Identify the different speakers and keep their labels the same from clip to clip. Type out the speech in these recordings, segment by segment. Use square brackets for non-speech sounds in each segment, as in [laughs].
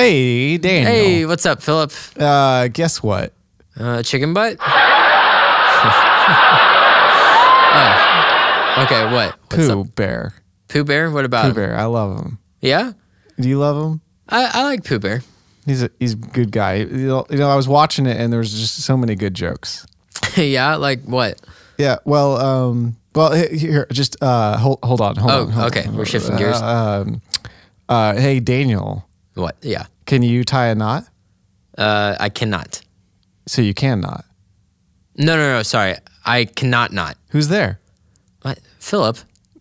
Speaker 1: Hey, Daniel.
Speaker 2: Hey, what's up, Philip?
Speaker 1: Uh, guess what?
Speaker 2: Uh,
Speaker 1: [laughs]
Speaker 2: chicken butt? Oh. Okay, what? What's
Speaker 1: Pooh
Speaker 2: up?
Speaker 1: Bear.
Speaker 2: Pooh Bear? What about
Speaker 1: Pooh
Speaker 2: him?
Speaker 1: Bear. I love him.
Speaker 2: Yeah?
Speaker 1: Do you love him?
Speaker 2: I, I like Pooh Bear. [laughs]
Speaker 1: He's a, he's a good guy. You know, you know, I was watching it and there was just so many good jokes.
Speaker 2: yeah, like what?
Speaker 1: Yeah. Well, um, well, he- here, just uh, hold hold on. Hold
Speaker 2: Oh,
Speaker 1: on, hold
Speaker 2: okay,
Speaker 1: on.
Speaker 2: we're shifting gears.
Speaker 1: Uh, um, uh, hey, Daniel,
Speaker 2: What? Yeah.
Speaker 1: can you tie a knot?
Speaker 2: Uh, I cannot.
Speaker 1: So you can knot.
Speaker 2: No, no, no, sorry. I cannot not.
Speaker 1: Who's there?
Speaker 2: What? Philip?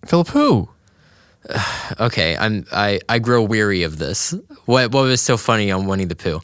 Speaker 1: Philip who?
Speaker 2: Okay, I'm I, I grow weary of this. What what was so funny on Winnie the Pooh?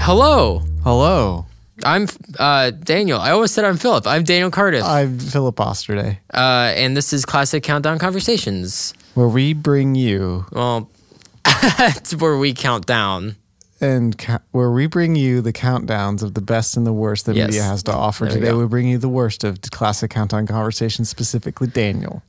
Speaker 2: Hello.
Speaker 1: Hello.
Speaker 2: I'm uh, Daniel. I always said I'm Philip. I'm Daniel Cardiff. Uh,
Speaker 1: I'm Philip Osterday,
Speaker 2: and this is Classic Countdown Conversations.
Speaker 1: where we bring you
Speaker 2: Well, [laughs] it's where we count down.
Speaker 1: and ca- where we bring you the countdowns of the best and the worst that
Speaker 2: Yes.
Speaker 1: media has to offer.
Speaker 2: we
Speaker 1: Today
Speaker 2: go.
Speaker 1: we bring you the worst of classic countdown conversations, specifically Daniel.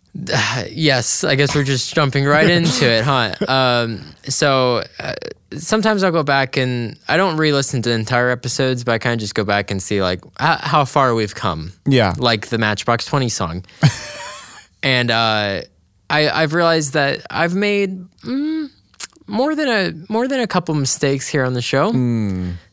Speaker 2: Yes, I guess we're just jumping [laughs] right into it, huh? Um, so uh, sometimes I'll go back and I don't re listen to entire episodes, but I kind of just go back and see like how, how far we've come.
Speaker 1: Yeah.
Speaker 2: Like the Matchbox 20 song. [laughs] and uh, I, I've realized that I've made mm, more than a more than a couple mistakes here on the show.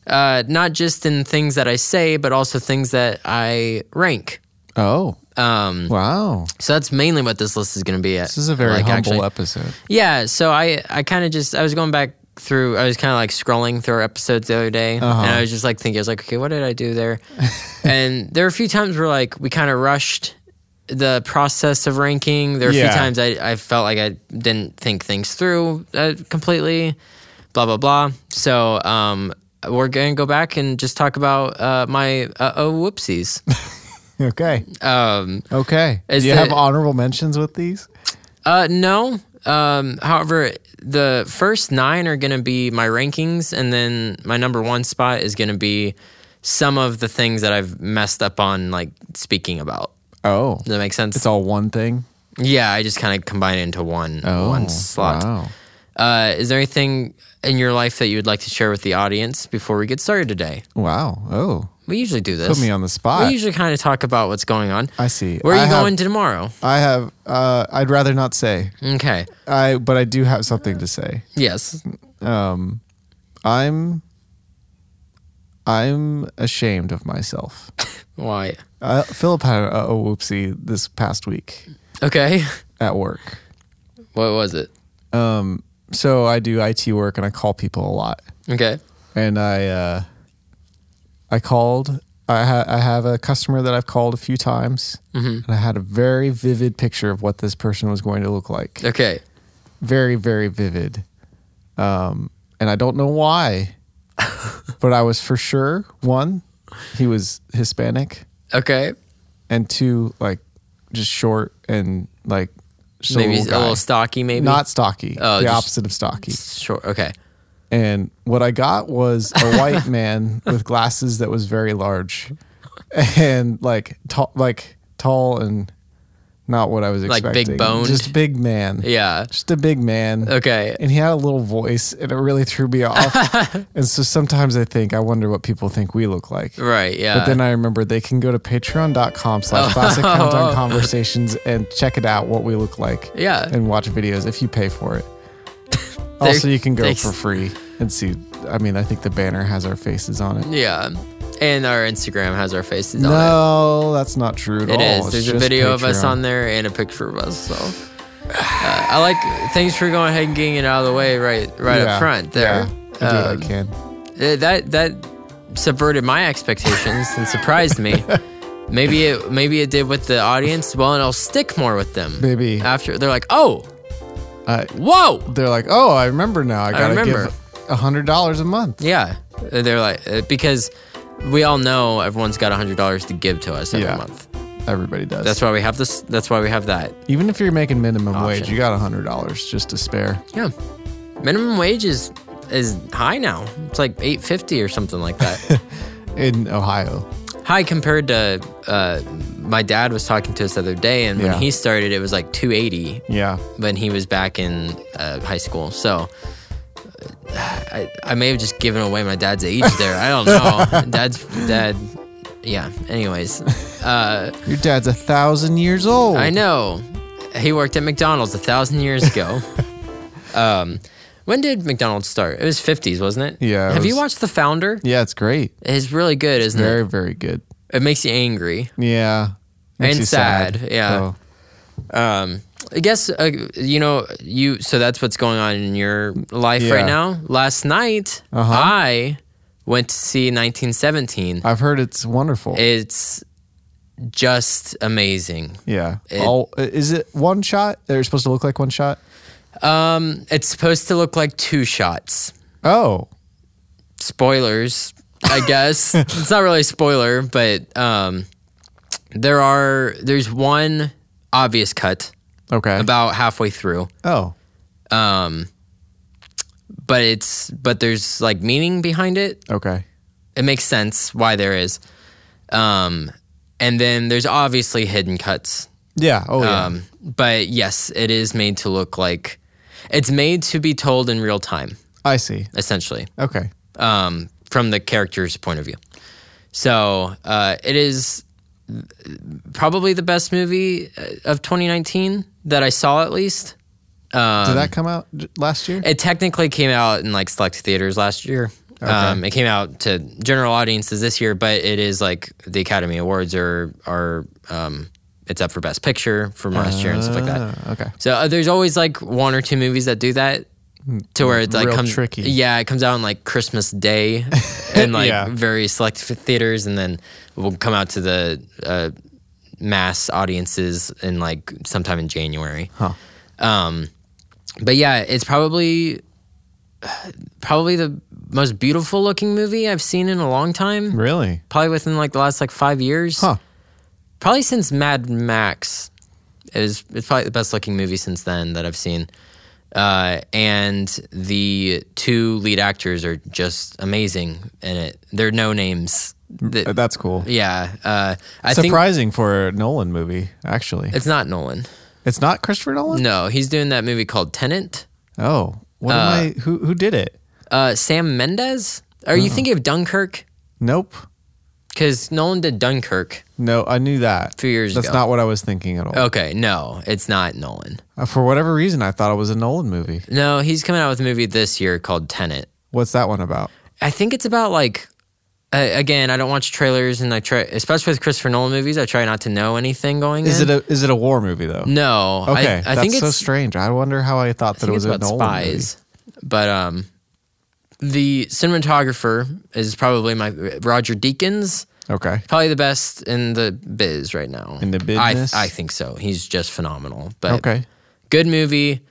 Speaker 2: Uh, not just in things that I say, but also things that I rank.
Speaker 1: Oh.
Speaker 2: Um,
Speaker 1: Wow.
Speaker 2: so that's mainly what this list is going to be.
Speaker 1: This is a very humble episode.
Speaker 2: Yeah, so I I kind of just I was going back through I was kind of like scrolling through our episodes the other day, and
Speaker 1: Uh-huh.
Speaker 2: I was just like thinking I was like, okay, what did I
Speaker 1: [laughs]
Speaker 2: do there? and there are a few times where like we kind of rushed the process of ranking. There are a
Speaker 1: Yeah.
Speaker 2: few times I I felt like I didn't think things through uh, completely. Blah blah blah. So um, we're gonna go back and just talk about uh, my uh, oh
Speaker 1: [laughs]
Speaker 2: whoopsies.
Speaker 1: Okay.
Speaker 2: Um,
Speaker 1: Okay. Do
Speaker 2: Is
Speaker 1: you have
Speaker 2: the-
Speaker 1: honorable mentions with these?
Speaker 2: Uh, no. Um, however, the first nine are going to be my rankings, and then my number one spot is going to be some of the things that I've messed up on, like speaking about.
Speaker 1: Oh.
Speaker 2: Does that make sense?
Speaker 1: It's all one thing.
Speaker 2: yeah, I just kind of combine it into one
Speaker 1: Oh,
Speaker 2: one slot.
Speaker 1: Wow.
Speaker 2: Uh, is there anything in your life that you would like to share with the audience before we get started today?
Speaker 1: Wow. Oh.
Speaker 2: We usually do this.
Speaker 1: Put me on the spot.
Speaker 2: We usually kind of talk about what's going on.
Speaker 1: I see.
Speaker 2: Where are you
Speaker 1: I have-
Speaker 2: going to tomorrow?
Speaker 1: I have uh I'd rather not say.
Speaker 2: Okay.
Speaker 1: I but I do have something to say.
Speaker 2: Yes.
Speaker 1: Um, I'm I'm ashamed of myself.
Speaker 2: Why?
Speaker 1: Uh, Philip had a, a whoopsie this past week
Speaker 2: Okay. [laughs]
Speaker 1: at work.
Speaker 2: What was it?
Speaker 1: So I do IT work and I call people a lot.
Speaker 2: Okay.
Speaker 1: And I uh I called I ha- I have a customer that I've called a few times and I had a very vivid picture of what this person was going to look like.
Speaker 2: Okay.
Speaker 1: very very vivid um and i don't know
Speaker 2: [laughs]
Speaker 1: why but i was for sure one he was hispanic
Speaker 2: Okay.
Speaker 1: and two like just short and like just
Speaker 2: maybe
Speaker 1: a little,
Speaker 2: a
Speaker 1: guy.
Speaker 2: little stocky, maybe
Speaker 1: not stocky
Speaker 2: Oh,
Speaker 1: the
Speaker 2: just-
Speaker 1: opposite of stocky
Speaker 2: short. Okay,
Speaker 1: and what i got was
Speaker 2: [laughs]
Speaker 1: a white man with glasses that was very large and like tall like tall and not what i was
Speaker 2: Like
Speaker 1: expecting
Speaker 2: big boned?
Speaker 1: just a big man
Speaker 2: yeah,
Speaker 1: just a big man
Speaker 2: okay,
Speaker 1: and he had a little voice and it really threw me off
Speaker 2: [laughs]
Speaker 1: and so sometimes i think i wonder what people think we look like
Speaker 2: right, Oh. yeah.
Speaker 1: but then i remember they can go to patreon.com slash classic
Speaker 2: [laughs]
Speaker 1: countdown conversations and check it out what we look like
Speaker 2: Yeah.
Speaker 1: and watch videos if you pay for
Speaker 2: [laughs]
Speaker 1: it also you can go
Speaker 2: thanks.
Speaker 1: for free and see i mean i think the banner has our faces on it
Speaker 2: yeah, and our Instagram has our faces on
Speaker 1: no that's not true at
Speaker 2: it.
Speaker 1: all
Speaker 2: It is.
Speaker 1: It's
Speaker 2: There's a
Speaker 1: just
Speaker 2: video of us
Speaker 1: Patreon.
Speaker 2: on there and a picture of us. So uh, I like. Thanks for going ahead and getting it out of the way right, right
Speaker 1: Yeah.
Speaker 2: up front
Speaker 1: yeah,
Speaker 2: there.
Speaker 1: I do what
Speaker 2: Um,
Speaker 1: I can.
Speaker 2: Uh, that that subverted my expectations and surprised
Speaker 1: [laughs]
Speaker 2: me. Maybe it maybe it did with the audience. Well, and I'll stick more with them.
Speaker 1: Maybe.
Speaker 2: after they're like, oh,
Speaker 1: Uh,
Speaker 2: whoa,
Speaker 1: They're like, oh, I remember now. I gotta
Speaker 2: remember.
Speaker 1: give a hundred dollars a month.
Speaker 2: Yeah, they're like uh, because we all know everyone's got hundred dollars to give to us every
Speaker 1: Yeah.
Speaker 2: month.
Speaker 1: Everybody does.
Speaker 2: That's why we have this. That's why we have that.
Speaker 1: Even if you're making minimum wage,
Speaker 2: Option.
Speaker 1: you got hundred dollars just to spare.
Speaker 2: Yeah, minimum wage is is high now. It's like eight fifty or something like
Speaker 1: [laughs]
Speaker 2: that.
Speaker 1: in Ohio.
Speaker 2: high compared to uh, my dad was talking to us the other day, and
Speaker 1: Yeah.
Speaker 2: when he started, it was like two eighty
Speaker 1: Yeah.
Speaker 2: when he was back in uh, high school. So. uh, I, I may have just given away my dad's age there. I
Speaker 1: [laughs]
Speaker 2: don't know. Dad's dad. Yeah. Anyways, uh,
Speaker 1: Your dad's a thousand years old.
Speaker 2: I know. He worked at McDonald's a thousand years
Speaker 1: [laughs]
Speaker 2: ago. um, when did McDonald's start? It was fifties, wasn't it?
Speaker 1: Yeah, it
Speaker 2: Have you
Speaker 1: was-
Speaker 2: watched The Founder?
Speaker 1: Yeah, it's great.
Speaker 2: It's really good, isn't it?
Speaker 1: Very, very good.
Speaker 2: It makes you angry.
Speaker 1: Yeah.
Speaker 2: And sad, yeah.
Speaker 1: So,
Speaker 2: Um, I guess uh, you know you. So that's what's going on in your life
Speaker 1: Yeah.
Speaker 2: right now. Last night,
Speaker 1: Uh-huh.
Speaker 2: I went to see 1917.
Speaker 1: I've heard it's wonderful.
Speaker 2: It's just amazing.
Speaker 1: yeah.
Speaker 2: it-
Speaker 1: All is it one shot? They're supposed to look like one shot.
Speaker 2: Um, it's supposed to look like two shots.
Speaker 1: Oh,
Speaker 2: spoilers, I guess. it's not really a spoiler, but um, there are there's one obvious cut
Speaker 1: okay.
Speaker 2: about halfway through.
Speaker 1: oh,
Speaker 2: Um, but it's but there's like meaning behind it.
Speaker 1: okay.
Speaker 2: It makes sense why there is. Um, and then there's obviously hidden cuts.
Speaker 1: Yeah. Oh, yeah.
Speaker 2: Um, but yes, it is made to look like it's made to be told in real time,
Speaker 1: I see.
Speaker 2: essentially.
Speaker 1: Okay.
Speaker 2: um, from the character's point of view. So uh, it is probably the best movie uh, of 2019 that I saw, at least.
Speaker 1: Did that come out j- last year?
Speaker 2: um, It technically came out in like select theaters last year. Um, it came out to general audiences this year, but it is like the Academy Awards are are um, it's up for Best Picture from last year and stuff like that.
Speaker 1: Ah, okay.
Speaker 2: So uh, there's always like one or two movies that do that to where it's like
Speaker 1: real
Speaker 2: comes
Speaker 1: tricky.
Speaker 2: Yeah, it comes out on like Christmas Day and
Speaker 1: [laughs]
Speaker 2: like
Speaker 1: Yeah.
Speaker 2: very select f- theaters, and then will come out to the uh, mass audiences in like sometime in January.
Speaker 1: Huh.
Speaker 2: Um, but yeah, it's probably [sighs] probably the most beautiful looking movie I've seen in a long time.
Speaker 1: Really?
Speaker 2: Probably within like the last like five years.
Speaker 1: Huh.
Speaker 2: Probably since Mad Max. It is it's probably the best looking movie since then that I've seen. Uh, and the two lead actors are just amazing in it. They're no names. The-
Speaker 1: Uh, That's cool.
Speaker 2: yeah. Uh, I think
Speaker 1: Surprising for a Nolan movie, actually.
Speaker 2: it's not Nolan.
Speaker 1: It's not Christopher Nolan.
Speaker 2: No, he's doing that movie called Tenant.
Speaker 1: Oh, what am I? Who who did it?
Speaker 2: Uh, Sam Mendes? Are
Speaker 1: Mm.
Speaker 2: you thinking of Dunkirk?
Speaker 1: Nope.
Speaker 2: Because Nolan did Dunkirk.
Speaker 1: No, I knew that.
Speaker 2: Few years
Speaker 1: That's
Speaker 2: ago. Oh.
Speaker 1: not what I was thinking at all.
Speaker 2: Okay, no, it's not Nolan.
Speaker 1: Uh, For whatever reason, I thought it was a Nolan movie.
Speaker 2: No, he's coming out with a movie this year called Tenant.
Speaker 1: What's that one about?
Speaker 2: I think it's about like uh, again, I don't watch trailers, and I try, especially with Christopher Nolan movies, I try not to know anything going.
Speaker 1: Is
Speaker 2: in.
Speaker 1: it a is it a war movie though?
Speaker 2: no?
Speaker 1: Okay,
Speaker 2: I, I
Speaker 1: that's
Speaker 2: think
Speaker 1: so
Speaker 2: it's
Speaker 1: strange. I wonder how I thought
Speaker 2: I
Speaker 1: that it
Speaker 2: think
Speaker 1: was
Speaker 2: it's
Speaker 1: a
Speaker 2: about
Speaker 1: Nolan
Speaker 2: spies, but um, the cinematographer is probably my Roger Deakins,
Speaker 1: movie. Okay,
Speaker 2: probably the best in the biz right now.
Speaker 1: In the
Speaker 2: I,
Speaker 1: business?
Speaker 2: I think so. He's just phenomenal. But
Speaker 1: okay,
Speaker 2: good movie.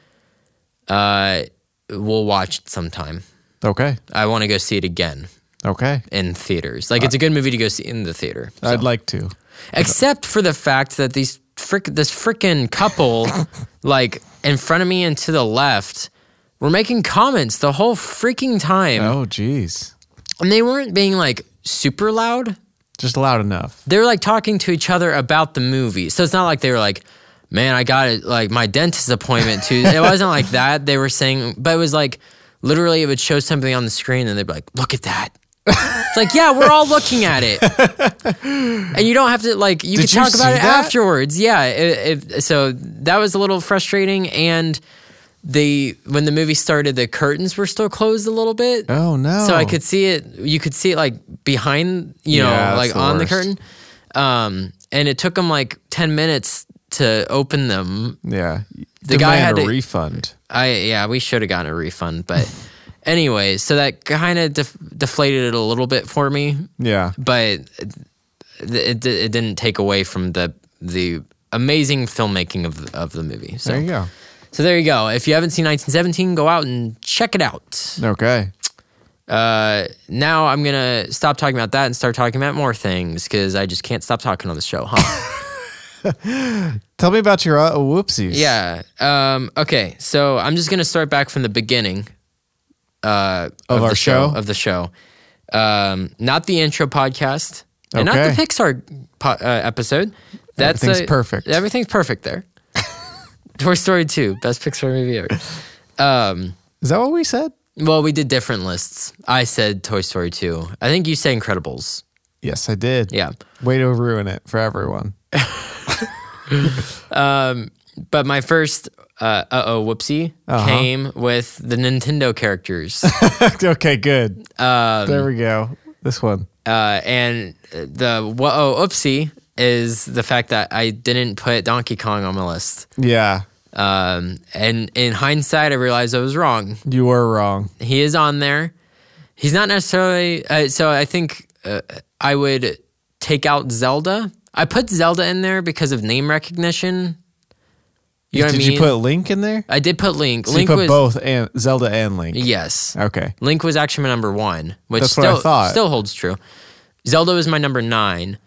Speaker 2: Uh, we'll watch it sometime.
Speaker 1: okay,
Speaker 2: I want to go see it again
Speaker 1: okay.
Speaker 2: in theaters. Like
Speaker 1: Uh,
Speaker 2: it's a good movie to go see in the theater. So-
Speaker 1: I'd like to.
Speaker 2: Except for the fact that these frick this frickin' couple, like in front of me and to the left, were making comments the whole freaking time,
Speaker 1: Oh, jeez,
Speaker 2: and they weren't being like super loud.
Speaker 1: just loud enough.
Speaker 2: they were like talking to each other about the movie. So it's not like they were like, man, I got it, like my dentist appointment too.
Speaker 1: [laughs]
Speaker 2: it wasn't like that. They were saying, but it was like literally it would show something on the screen and they'd be like, look at that. it's like, yeah, we're all looking
Speaker 1: [laughs]
Speaker 2: at it. and you don't have to, like, you
Speaker 1: Did
Speaker 2: can
Speaker 1: you
Speaker 2: talk
Speaker 1: see
Speaker 2: about it
Speaker 1: that?
Speaker 2: afterwards. Yeah. It, it, so that was a little frustrating. And they, when the movie started, the curtains were still closed a little bit.
Speaker 1: Oh no.
Speaker 2: So I could see it. You could see it like behind, you know,
Speaker 1: Yeah, that's
Speaker 2: like
Speaker 1: the
Speaker 2: on
Speaker 1: worst.
Speaker 2: the curtain. Um, and it took him like ten minutes to open them.
Speaker 1: Yeah,
Speaker 2: The guy
Speaker 1: Demand
Speaker 2: had
Speaker 1: a
Speaker 2: to-
Speaker 1: refund.
Speaker 2: I yeah, we should have gotten a
Speaker 1: [laughs]
Speaker 2: refund, but anyway, so that kind of def- deflated it a little bit for me.
Speaker 1: Yeah,
Speaker 2: But it, it, it didn't take away from the the amazing filmmaking of the, of the movie. So
Speaker 1: there you go.
Speaker 2: so there you go. If you haven't seen 1917, go out and check it out.
Speaker 1: Okay,
Speaker 2: Uh, now I'm gonna stop talking about that and start talking about more things because I just can't stop talking on the show,
Speaker 1: [laughs]
Speaker 2: huh?
Speaker 1: Tell me about your uh, whoopsies.
Speaker 2: yeah. Um, okay. So I'm just gonna start back from the beginning. Uh,
Speaker 1: Of our
Speaker 2: the
Speaker 1: show?
Speaker 2: of the show, um, not the intro podcast and not the
Speaker 1: Okay.
Speaker 2: Pixar po- uh, episode. That's
Speaker 1: Everything's perfect.
Speaker 2: Everything's perfect
Speaker 1: [laughs]
Speaker 2: there. Toy Story Two, best Pixar movie ever. Um,
Speaker 1: Is that what we said?
Speaker 2: well, we did different lists. I said Toy Story Two. I think you say Incredibles.
Speaker 1: Yes, I did.
Speaker 2: Yeah.
Speaker 1: Way to ruin it for everyone. [laughs]
Speaker 2: But my first uh oh whoopsie
Speaker 1: Uh-huh.
Speaker 2: came with the Nintendo
Speaker 1: [laughs]
Speaker 2: characters. uh,
Speaker 1: okay, good.
Speaker 2: Um,
Speaker 1: there we go. This one.
Speaker 2: Uh, and the whoa oh oopsie is the fact that I didn't put Donkey Kong on my list.
Speaker 1: Yeah,
Speaker 2: Um, and in hindsight, I realized I was wrong.
Speaker 1: you were wrong.
Speaker 2: He is on there. He's not necessarily. Uh, so I think uh, I would take out Zelda. I put Zelda in there because of name recognition. You know
Speaker 1: did
Speaker 2: what I mean?
Speaker 1: you put Link in there?
Speaker 2: I did put Link.
Speaker 1: So
Speaker 2: Link
Speaker 1: you put
Speaker 2: was
Speaker 1: both and Zelda and Link.
Speaker 2: yes.
Speaker 1: Okay.
Speaker 2: Link was actually my number one, which
Speaker 1: That's what I
Speaker 2: still
Speaker 1: thought.
Speaker 2: still holds true. Zelda was my number nine,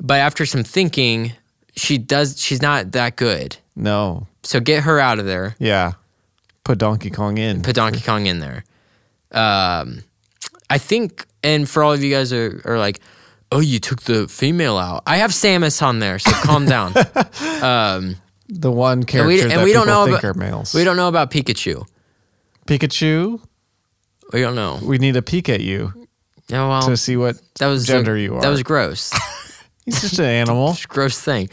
Speaker 2: but after some thinking, she does. She's not that good.
Speaker 1: No.
Speaker 2: So get her out of there.
Speaker 1: Yeah. Put Donkey Kong in.
Speaker 2: Put Donkey Kong in there. Um, I think, and for all of you guys who are, like, oh, you took the female out. I have Samus on there, so calm
Speaker 1: [laughs]
Speaker 2: down.
Speaker 1: the one
Speaker 2: and
Speaker 1: character
Speaker 2: we, and
Speaker 1: that
Speaker 2: we
Speaker 1: people
Speaker 2: don't know
Speaker 1: think
Speaker 2: about
Speaker 1: are males.
Speaker 2: we don't know about Pikachu.
Speaker 1: Pikachu.
Speaker 2: We don't know.
Speaker 1: We need a peek at you
Speaker 2: Oh well,
Speaker 1: to see what
Speaker 2: that was
Speaker 1: gender you
Speaker 2: That
Speaker 1: are.
Speaker 2: was gross.
Speaker 1: he's just an animal.
Speaker 2: gross thing.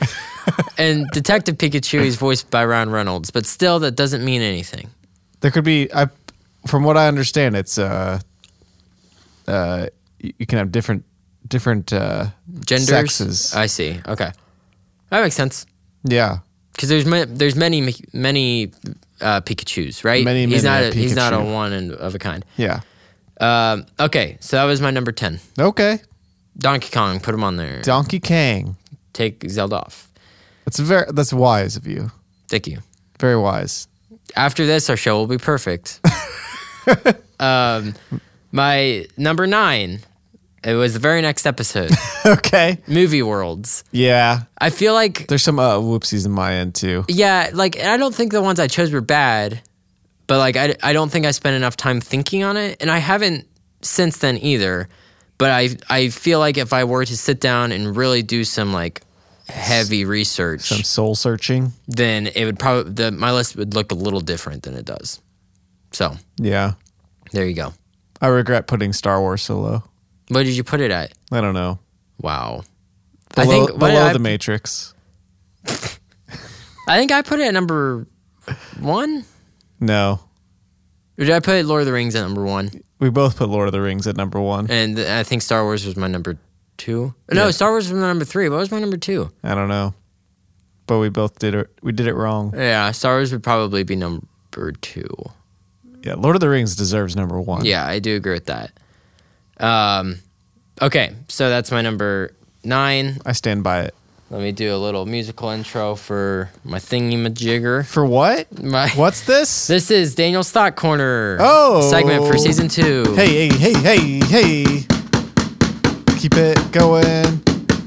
Speaker 2: and Detective Pikachu is voiced by Ryan Reynolds, but still, that doesn't mean anything.
Speaker 1: There could be. I, from what I understand, it's uh, uh, you you can have different different uh,
Speaker 2: Genders.
Speaker 1: sexes.
Speaker 2: I see. Okay, that makes sense.
Speaker 1: yeah.
Speaker 2: Because there's ma- there's many many uh, Pikachu's, right?
Speaker 1: Many,
Speaker 2: he's
Speaker 1: many
Speaker 2: not a, he's not a
Speaker 1: Pikachu.
Speaker 2: one and of a kind.
Speaker 1: Yeah.
Speaker 2: Um, okay, so that was my number ten.
Speaker 1: Okay.
Speaker 2: Donkey Kong, put him on there.
Speaker 1: Donkey Kang.
Speaker 2: Take Zelda off.
Speaker 1: That's very. That's wise of you.
Speaker 2: Thank you.
Speaker 1: Very wise. [laughs]
Speaker 2: After this, our show will be perfect. um, my number nine. It was the very
Speaker 1: [laughs]
Speaker 2: next episode.
Speaker 1: okay.
Speaker 2: Movie worlds.
Speaker 1: Yeah.
Speaker 2: I feel like
Speaker 1: There's some uh, whoopsies in my end too.
Speaker 2: yeah, like and I don't think the ones I chose were bad, but like I, I don't think I spent enough time thinking on it, and I haven't since then either. But I I feel like if I were to sit down and really do some like heavy research,
Speaker 1: Some soul searching.
Speaker 2: then it would probably the my list would look a little different than it does. So
Speaker 1: Yeah.
Speaker 2: there you go.
Speaker 1: I regret putting Star Wars so low.
Speaker 2: What did you put it at?
Speaker 1: I don't know.
Speaker 2: Wow.
Speaker 1: Below,
Speaker 2: I think what did
Speaker 1: below
Speaker 2: I,
Speaker 1: the Matrix.
Speaker 2: I think I put it at number one.
Speaker 1: No.
Speaker 2: Or did I put Lord of the Rings at number one?
Speaker 1: We both put Lord of the Rings at number one.
Speaker 2: And th- I think Star Wars was my number two. No, Star Wars was my number three. What was my number two?
Speaker 1: I don't know. But we both did it we did it wrong.
Speaker 2: Yeah, Star Wars would probably be number two.
Speaker 1: Yeah, Lord of the Rings deserves number one.
Speaker 2: Yeah, I do agree with that. Um, okay, so that's my number nine.
Speaker 1: I stand by it.
Speaker 2: Let me do a little musical intro for my thingy-majigger.
Speaker 1: For what?
Speaker 2: My,
Speaker 1: What's this?
Speaker 2: [laughs] This is Daniel Stock Corner.
Speaker 1: Oh.
Speaker 2: Segment for season two.
Speaker 1: Hey, hey, hey, hey, hey. Keep it going.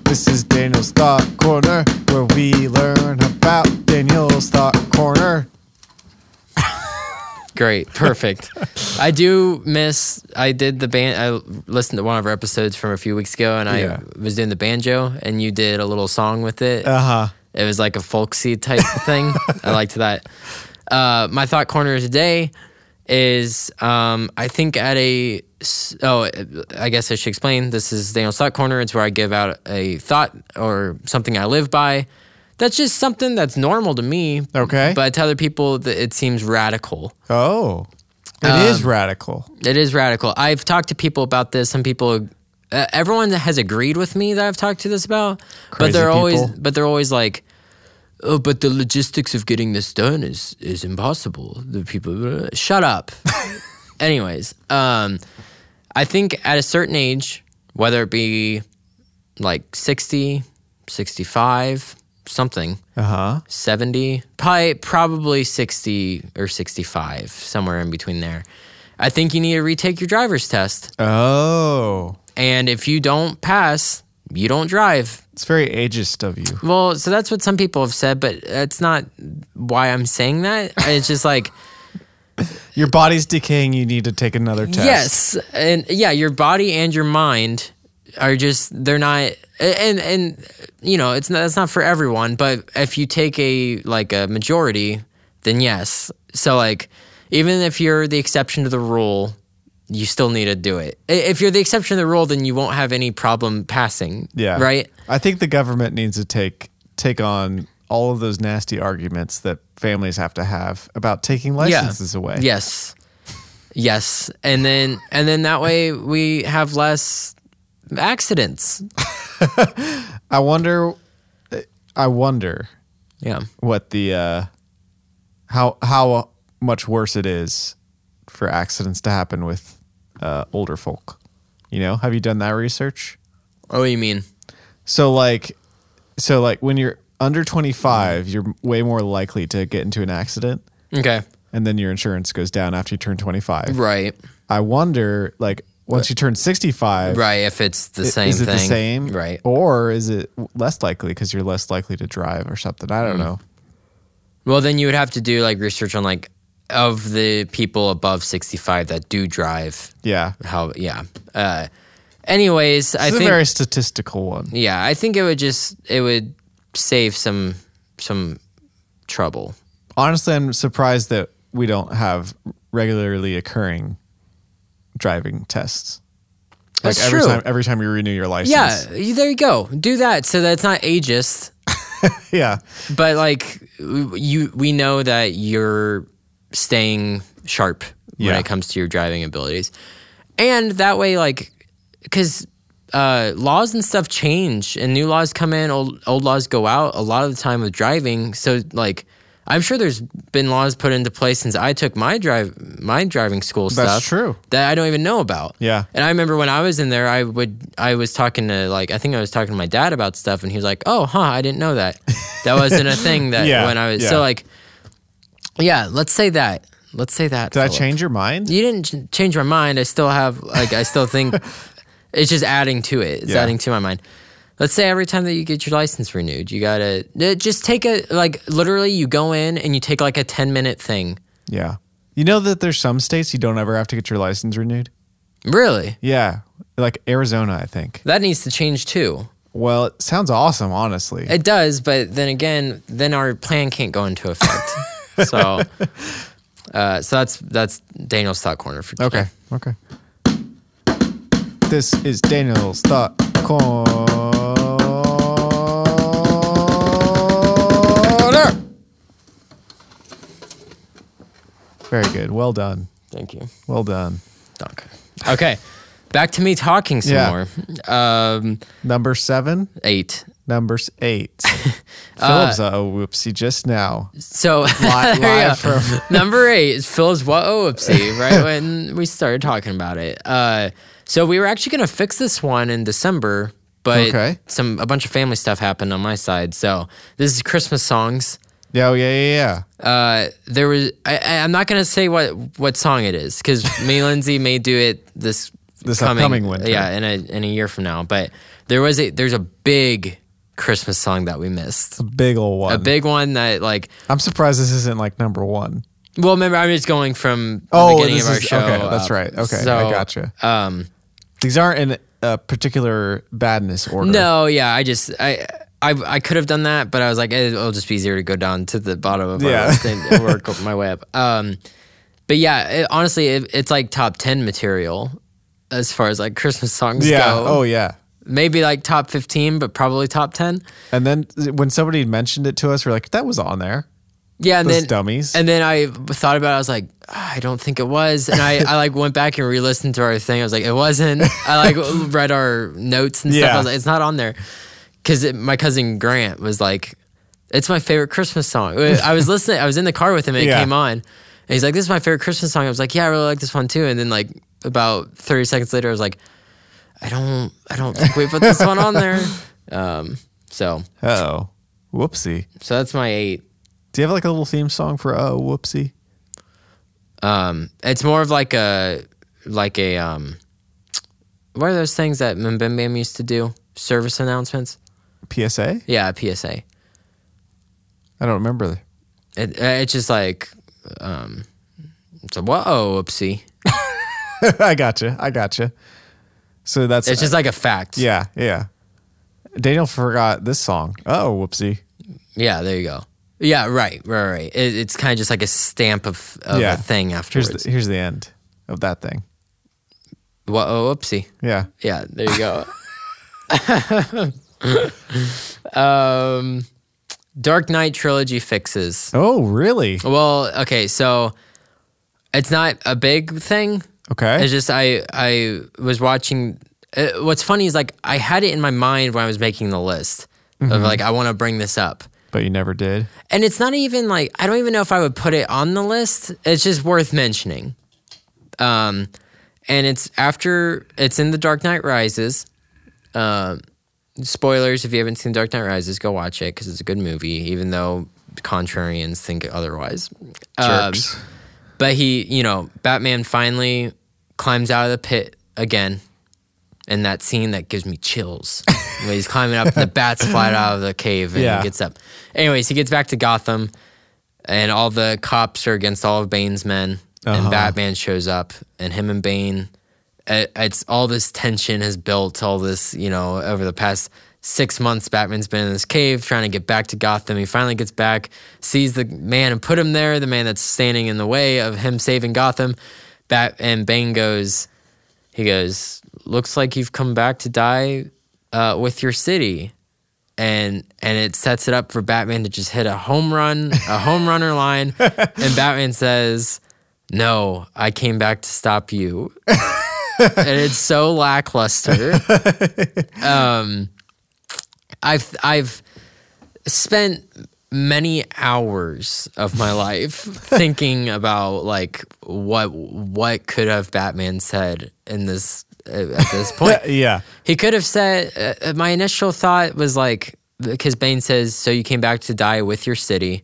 Speaker 1: This is Daniel's Thought Corner, where we learn about Daniel's Thought Corner.
Speaker 2: Great,
Speaker 1: [laughs]
Speaker 2: perfect. I do miss. I did the band. I listened to one of our episodes from a few weeks ago, and I
Speaker 1: Yeah.
Speaker 2: was doing the banjo, and you did a little song with it.
Speaker 1: Uh huh.
Speaker 2: it was like a folksy type
Speaker 1: [laughs]
Speaker 2: thing. I liked that. Uh, my thought corner today is um, I think at a s- oh I guess I should explain. This is Daniel's thought corner. It's where I give out a thought or something I live by. That's just something that's normal to me.
Speaker 1: Okay.
Speaker 2: But to other people, th- it seems radical.
Speaker 1: Oh, it is
Speaker 2: Um,
Speaker 1: radical.
Speaker 2: It is radical. I've talked to people about this. Some people, uh, everyone that has agreed with me that I've talked to this about, but
Speaker 1: Crazy
Speaker 2: they're always,
Speaker 1: people.
Speaker 2: but they're always like, oh, but the logistics of getting this done is is impossible. The people, blah, shut up.
Speaker 1: [laughs]
Speaker 2: Anyways, um, I think at a certain age, whether it be like 60, 65, something,
Speaker 1: Uh huh.
Speaker 2: uh-huh. 70 probably probably 60 or 65 somewhere in between there I think you need to retake your driver's test.
Speaker 1: Oh,
Speaker 2: And if you don't pass, you don't drive.
Speaker 1: it's very ageist of you.
Speaker 2: Well, so that's what some people have said, but that's not why I'm saying that. It's just like,
Speaker 1: Your body's decaying. You need to take another test.
Speaker 2: yes. And yeah, your body and your mind are just, they're not, and, and, you know, it's not, that's not for everyone, but if you take a, like a majority, then yes. So like, even if you're the exception to the rule, you still need to do it. I- If you're the exception to the rule, then you won't have any problem passing.
Speaker 1: Yeah.
Speaker 2: Right?
Speaker 1: I think the government needs to take take on all of those nasty arguments that families have to have about taking licenses away.
Speaker 2: Yes. Yes. And then and then that way we have less accidents.
Speaker 1: I wonder. I wonder
Speaker 2: Yeah.
Speaker 1: what the uh, how how much worse it is for accidents to happen with uh, older folk. You know, have you done that research?
Speaker 2: Oh, you mean?
Speaker 1: So like, so like when you're under 25, you're way more likely to get into an accident,
Speaker 2: Okay.
Speaker 1: and then your insurance goes down after you turn 25.
Speaker 2: Right.
Speaker 1: I wonder, like, once you turn 65,
Speaker 2: Right. If it's the same
Speaker 1: is it
Speaker 2: thing.
Speaker 1: the same?
Speaker 2: Right.
Speaker 1: Or is it less likely because you're less likely to drive or something? I
Speaker 2: Hmm.
Speaker 1: don't know.
Speaker 2: Well, then you would have to do like research on like of the people above 65 that do drive.
Speaker 1: Yeah.
Speaker 2: How yeah. Uh anyways, I
Speaker 1: It's a
Speaker 2: think
Speaker 1: very statistical one.
Speaker 2: yeah, I think it would just it would save some some trouble.
Speaker 1: Honestly, I'm surprised that we don't have regularly occurring driving tests. Like
Speaker 2: That's
Speaker 1: every
Speaker 2: true.
Speaker 1: time every time you renew your license.
Speaker 2: Yeah, y- there you go. Do that so that's not ageist.
Speaker 1: [laughs] Yeah.
Speaker 2: but like you we know that you're staying sharp when
Speaker 1: Yeah.
Speaker 2: it comes to your driving abilities and that way like because uh, laws and stuff change and new laws come in old, old laws go out a lot of the time with driving so like i'm sure there's been laws put into place since i took my drive my driving school
Speaker 1: That's
Speaker 2: stuff
Speaker 1: true.
Speaker 2: that i don't even know about
Speaker 1: Yeah.
Speaker 2: and I remember when I was in there, I would I was talking to like I think I was talking to my dad about stuff, and he was like, "Oh, huh, I didn't know that. That wasn't a thing
Speaker 1: [laughs]
Speaker 2: that
Speaker 1: Yeah,
Speaker 2: when I was
Speaker 1: yeah.
Speaker 2: so like, yeah. Let's say that. Let's say that.
Speaker 1: Did I
Speaker 2: Philip.
Speaker 1: change your mind?
Speaker 2: You didn't ch- change my mind. I still have like I
Speaker 1: [laughs]
Speaker 2: still think it's just adding to it. It's
Speaker 1: Yeah.
Speaker 2: adding to my mind. Let's say every time that you get your license renewed, you gotta eh, just take a like literally you go in and you take like a ten minute thing.
Speaker 1: Yeah. You know that there's some states you don't ever have to get your license renewed?
Speaker 2: Really,
Speaker 1: Yeah. Like Arizona, I think.
Speaker 2: that needs to change too.
Speaker 1: Well, it sounds awesome, honestly.
Speaker 2: It does, but then again, then our plan can't go
Speaker 1: [laughs]
Speaker 2: into effect. so, uh, so that's that's Daniel's thought corner for today.
Speaker 1: Okay. Okay. This is Daniel's thought corner. Very good. Well done.
Speaker 2: Thank you,
Speaker 1: Well done.
Speaker 2: Duncan. Okay, back to me talking some
Speaker 1: Yeah.
Speaker 2: more. Um,
Speaker 1: Number seven.
Speaker 2: eight.
Speaker 1: Number s-
Speaker 2: [laughs]
Speaker 1: eight. Phillips. Uh, oh, whoopsie! Just now.
Speaker 2: So [laughs]
Speaker 1: Li-
Speaker 2: there you
Speaker 1: live
Speaker 2: go.
Speaker 1: from-
Speaker 2: number eight is Phil's what oh oopsie right when we started talking about it. Uh, so we were actually gonna fix this one in December, but
Speaker 1: Okay.
Speaker 2: some a bunch of family stuff happened on my side. So this is Christmas songs.
Speaker 1: Yeah. Oh, yeah. Yeah. Yeah.
Speaker 2: uh, there was I, I- I'm not gonna say what what song it is because me and Lindsay may do it this
Speaker 1: This upcoming winter.
Speaker 2: yeah in a in a year from now but there was a there's a big Christmas song that we missed
Speaker 1: Big old one.
Speaker 2: a big one that like
Speaker 1: I'm surprised this isn't like number one.
Speaker 2: well remember I'm just going from the
Speaker 1: Oh,
Speaker 2: beginning
Speaker 1: this
Speaker 2: of our
Speaker 1: is-
Speaker 2: show
Speaker 1: okay, that's
Speaker 2: up.
Speaker 1: right. Okay, I
Speaker 2: So,
Speaker 1: gotcha.
Speaker 2: um
Speaker 1: These aren't in a particular badness order.
Speaker 2: no yeah I just I. I, I could have done that, but I was like, eh, it'll just be easier to go down to the bottom of
Speaker 1: Yeah.
Speaker 2: our list and
Speaker 1: [laughs]
Speaker 2: work up my way up. Um, but yeah, it, honestly, it, it's like top ten material as far as like Christmas songs
Speaker 1: Yeah.
Speaker 2: go.
Speaker 1: Oh, yeah.
Speaker 2: Maybe like top fifteen, but probably top ten.
Speaker 1: And then when somebody mentioned it to us, we're like, that was on there.
Speaker 2: Yeah, and
Speaker 1: Those
Speaker 2: then
Speaker 1: dummies.
Speaker 2: And then I thought about it. I was like, "Ah, I don't think it was. And I, I like went back and re-listened to our thing. I was like, it wasn't. I
Speaker 1: [laughs]
Speaker 2: like read our notes and stuff. I
Speaker 1: Yeah.
Speaker 2: was like, it's not on there. Because my cousin Grant was like, it's my favorite Christmas song. I was listening. I was in the car with him and
Speaker 1: [laughs]
Speaker 2: it
Speaker 1: Yeah.
Speaker 2: came on. And he's like, this is my favorite Christmas song. I was like, yeah, I really like this one too. And then like about 30 seconds later, I was like, I don't, I don't think we put this one
Speaker 1: [laughs]
Speaker 2: on there. Um, so,
Speaker 1: Oh, whoopsie.
Speaker 2: so that's my eight.
Speaker 1: Do you have like a little theme song for oh, whoopsie?
Speaker 2: Um, it's more of like a like a um, what are those things that Mbim Bam used to do? Service announcements.
Speaker 1: PSA?
Speaker 2: Yeah, a PSA.
Speaker 1: I don't remember. [laughs]
Speaker 2: It, uh, it's just like um, it's a whoa, oopsie.
Speaker 1: I gotcha. I gotcha. So that's uh,
Speaker 2: It's just like a fact.
Speaker 1: yeah, yeah. Daniel forgot this song. Oh, whoopsie.
Speaker 2: Yeah, there you go. Yeah, right, right, right. It, it's kind of just like a stamp of, of
Speaker 1: yeah.
Speaker 2: a thing
Speaker 1: Here's
Speaker 2: afterwards.
Speaker 1: the, here's the end of that thing.
Speaker 2: Whoa, oh, oopsie.
Speaker 1: Yeah.
Speaker 2: Yeah, there you
Speaker 1: [laughs]
Speaker 2: go. [laughs] um, Dark Knight trilogy fixes.
Speaker 1: Oh, really?
Speaker 2: Well, okay, so it's not a big thing.
Speaker 1: Okay.
Speaker 2: It's just I I was watching. Uh, what's funny is like I had it in my mind when I was making the list of like I want to bring this up.
Speaker 1: but you never did.
Speaker 2: And it's not even like I don't even know if I would put it on the list. It's just worth mentioning. Um, and it's after it's in the Dark Knight Rises. Um, spoilers if you haven't seen Dark Knight Rises, go watch it because it's a good movie. Even though contrarians think otherwise. Um,
Speaker 1: Jerks.
Speaker 2: but he, you know, Batman finally climbs out of the pit again. And that scene that gives me chills. when he's climbing up, the bats fly out of the cave and
Speaker 1: Yeah.
Speaker 2: he gets up. Anyways, he gets back to Gotham and all the cops are against all of Bane's men. And Batman shows up and him and Bane, it- it's all this tension has built, all this, you know, over the past six months, Batman's been in this cave trying to get back to Gotham. He finally gets back, sees the man and put him there, the man that's standing in the way of him saving Gotham. Bat and Bane goes, he goes, looks like you've come back to die uh, with your city. And and it sets it up for Batman to just hit a home run, a home runner line. And Batman says, No, I came back to stop you. and it's so lackluster. Um, I've I've spent many hours of my life thinking about like what what could have Batman said in this at this point.
Speaker 1: yeah.
Speaker 2: He could have said, uh, my initial thought was like, because Bane says, so you came back to die with your city.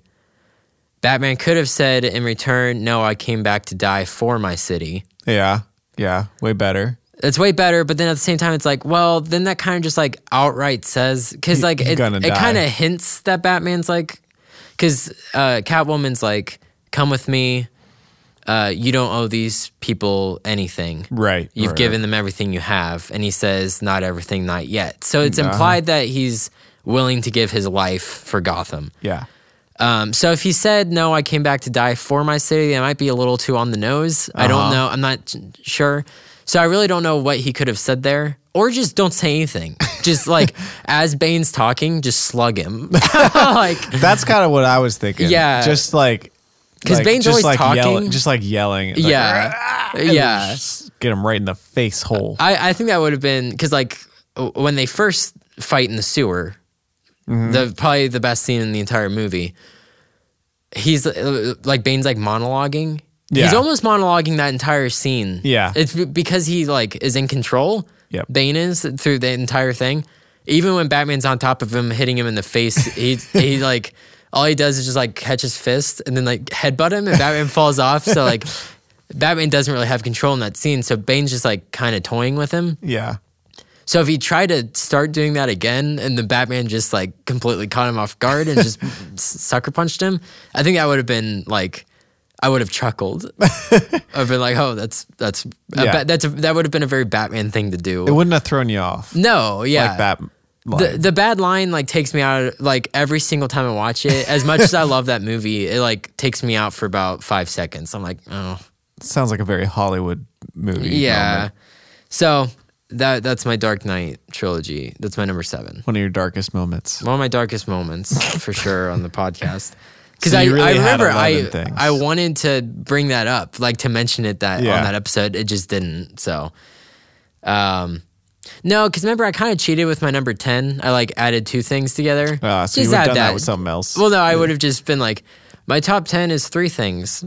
Speaker 2: Batman could have said in return, no, I came back to die for my city.
Speaker 1: Yeah. Yeah. Way better.
Speaker 2: That's way better, but then at the same time, it's like, well, then that kind of just like outright says, because like
Speaker 1: you're
Speaker 2: it,
Speaker 1: gonna
Speaker 2: it
Speaker 1: die.
Speaker 2: kind of hints that Batman's like, because uh, Catwoman's like, come with me. Uh, you don't owe these people anything.
Speaker 1: Right.
Speaker 2: You've
Speaker 1: right.
Speaker 2: given them everything you have. And he says, not everything, not yet. So it's implied that he's willing to give his life for Gotham.
Speaker 1: Yeah.
Speaker 2: Um, so if he said, no, I came back to die for my city, that might be a little too on the nose. I don't know. I'm not sure. So I really don't know what he could have said there. Or just don't say anything. Just like as Bane's talking, just slug him. [laughs]
Speaker 1: [laughs]
Speaker 2: like,
Speaker 1: That's kind of what I was thinking.
Speaker 2: Yeah.
Speaker 1: Just like.
Speaker 2: 'Cause
Speaker 1: like,
Speaker 2: Bane's
Speaker 1: just
Speaker 2: always
Speaker 1: like
Speaker 2: talking.
Speaker 1: just like yelling. Like,
Speaker 2: yeah.
Speaker 1: and
Speaker 2: yeah.
Speaker 1: just Get him right in the face hole.
Speaker 2: I, I think that would have been because like w- when they first fight in the sewer,
Speaker 1: Mm-hmm.
Speaker 2: the probably the best scene in the entire movie. He's uh, like Bane's like monologuing. He's
Speaker 1: Yeah.
Speaker 2: almost monologuing that entire scene.
Speaker 1: Yeah.
Speaker 2: it's be- because he like is in control.
Speaker 1: Yep.
Speaker 2: Bane is through the entire thing. Even when Batman's on top of him, hitting him in the face, he he like all he does is just like catch his fist and then like headbutt him, and Batman falls off. So like. Batman doesn't really have control in that scene, so Bane's just like kind of toying with him.
Speaker 1: yeah.
Speaker 2: So if he tried to start doing that again, and the Batman just like completely caught him off guard and
Speaker 1: [laughs]
Speaker 2: just s- sucker punched him, I think that would have been like, I would have
Speaker 1: [laughs]
Speaker 2: chuckled. I've been like, oh, that's that's a
Speaker 1: Yeah.
Speaker 2: ba- that's a, that would have been a very Batman thing to do.
Speaker 1: It wouldn't have thrown you off
Speaker 2: no, yeah,
Speaker 1: like that. Line.
Speaker 2: the the bad line like takes me out of- like every single time I watch it. As much as I love that movie, it like takes me out for about five seconds. I'm like, oh,
Speaker 1: Sounds like a very Hollywood movie.
Speaker 2: yeah.
Speaker 1: moment.
Speaker 2: So that that's my Dark Knight trilogy. That's my number seven.
Speaker 1: One of your darkest moments.
Speaker 2: One of my darkest moments for sure on
Speaker 1: [laughs]
Speaker 2: the podcast. Because
Speaker 1: So
Speaker 2: I,
Speaker 1: you
Speaker 2: I
Speaker 1: really had
Speaker 2: remember
Speaker 1: 11
Speaker 2: I
Speaker 1: things.
Speaker 2: I wanted to bring that up, like to mention it that on
Speaker 1: Yeah.
Speaker 2: that episode, it just didn't. So, um, no, because remember I kind of cheated with my number ten. I like added two things together.
Speaker 1: Uh, so you
Speaker 2: Just
Speaker 1: would have
Speaker 2: add
Speaker 1: done that with something else.
Speaker 2: Well, no, I would have just been like, my top ten is three things.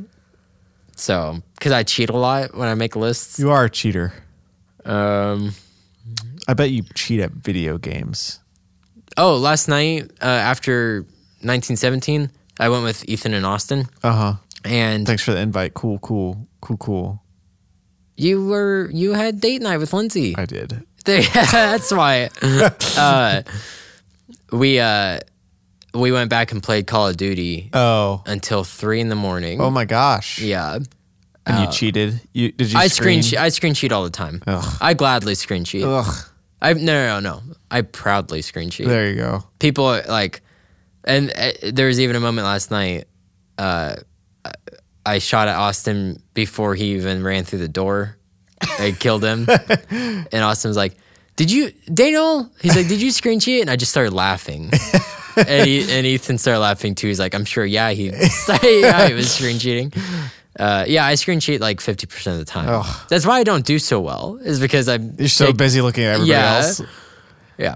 Speaker 2: So, because I cheat a lot when I make lists.
Speaker 1: you are a cheater.
Speaker 2: Um,
Speaker 1: I bet you cheat at video games.
Speaker 2: Oh, last night uh, after 1917, I went with Ethan and Austin.
Speaker 1: Uh huh.
Speaker 2: and
Speaker 1: Thanks for the invite. Cool, cool, cool, cool.
Speaker 2: you were you had date night with Lindsay. [laughs]
Speaker 1: I did.
Speaker 2: They-
Speaker 1: [laughs]
Speaker 2: that's why. uh, we uh, we went back and played Call of Duty
Speaker 1: Oh,
Speaker 2: until three in the morning.
Speaker 1: oh my gosh.
Speaker 2: Yeah,
Speaker 1: And you cheated. You did you?
Speaker 2: I screen
Speaker 1: screen- Oh.
Speaker 2: I screen sheet all the time.
Speaker 1: Ugh.
Speaker 2: I gladly screen sheet.
Speaker 1: Ugh.
Speaker 2: I no no no no. I proudly screen sheet.
Speaker 1: There you go.
Speaker 2: people are, like and uh, there was even a moment last night uh I- i shot at austin before he even ran through the door i
Speaker 1: [laughs]
Speaker 2: killed him and austin was like did you daniel he's like did you screen cheat and i just started laughing and, he, and ethan started laughing too he's like i'm sure yeah he [laughs] yeah he was screen cheating uh, yeah, I screen cheat like fifty percent of the time.
Speaker 1: Ugh.
Speaker 2: That's why I don't do so well. Is because I'm
Speaker 1: You're so busy looking at everybody
Speaker 2: yeah.
Speaker 1: else.
Speaker 2: yeah.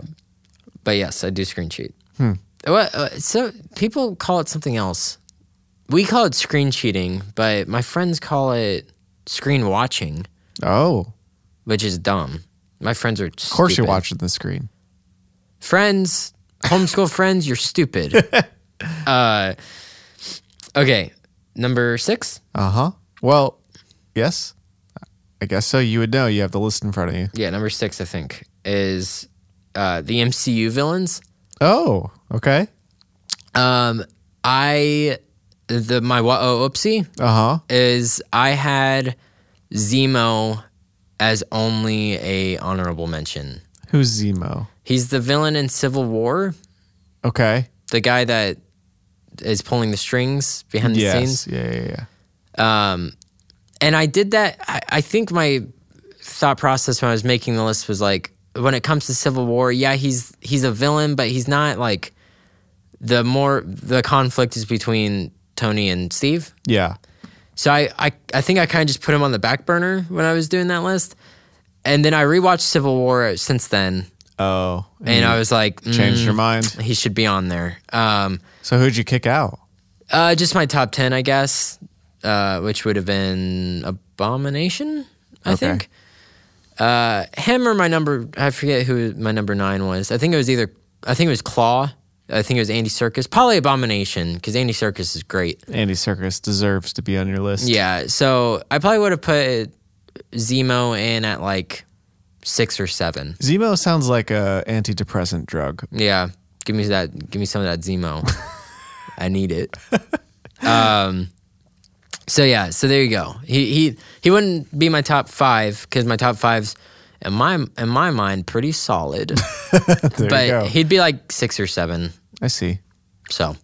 Speaker 2: But yes, I do screen cheat.
Speaker 1: Hmm.
Speaker 2: Well, uh, so people call it something else. We call it screen cheating, but my friends call it screen watching,
Speaker 1: Oh,
Speaker 2: which is dumb. My friends are
Speaker 1: of course you're watching the screen.
Speaker 2: friends,
Speaker 1: [laughs]
Speaker 2: homeschool friends. You're stupid. uh, okay, number six.
Speaker 1: Uh huh. Well, yes. I guess so. You would know. You have the list in front of you.
Speaker 2: Yeah, number six. I think is uh, the MCU villains.
Speaker 1: Oh, okay.
Speaker 2: Um, I the my wa- oh oopsie
Speaker 1: Uh huh.
Speaker 2: is I had Zemo as only a honorable mention.
Speaker 1: Who's Zemo?
Speaker 2: He's the villain in Civil War,
Speaker 1: Okay.
Speaker 2: the guy that is pulling the strings behind the
Speaker 1: Yes.
Speaker 2: scenes.
Speaker 1: Yeah, yeah, yeah.
Speaker 2: Um, and I did that. I, I think my thought process when I was making the list was like, when it comes to Civil War, yeah, he's he's a villain, but he's not like the more the conflict is between Tony and Steve.
Speaker 1: Yeah.
Speaker 2: So I, I, I think I kind of just put him on the back burner when I was doing that list. And then I rewatched Civil War since then.
Speaker 1: Oh.
Speaker 2: And I was like,
Speaker 1: changed your
Speaker 2: mm,
Speaker 1: mind.
Speaker 2: He should be on there. Um,
Speaker 1: So who'd you kick out?
Speaker 2: uh, just my top 10, I guess, uh, which would have been Abomination, I
Speaker 1: Okay.
Speaker 2: think. Uh, him or my number, I forget who my number nine was. I think it was either, I think it was Claw. I think it was Andy Circus. Probably Abomination, because Andy Circus is great.
Speaker 1: Andy Circus deserves to be on your list.
Speaker 2: Yeah, so I probably would have put Zemo in at like six or seven.
Speaker 1: Zemo sounds like a antidepressant drug. [laughs]
Speaker 2: Yeah, give me that. Give me some of that Zemo. I need it. Um. So yeah, so there you go. He he he wouldn't be my top five because my top fives, in my in my mind, pretty solid.
Speaker 1: There you go.
Speaker 2: but he'd be like six or seven.
Speaker 1: I see.
Speaker 2: So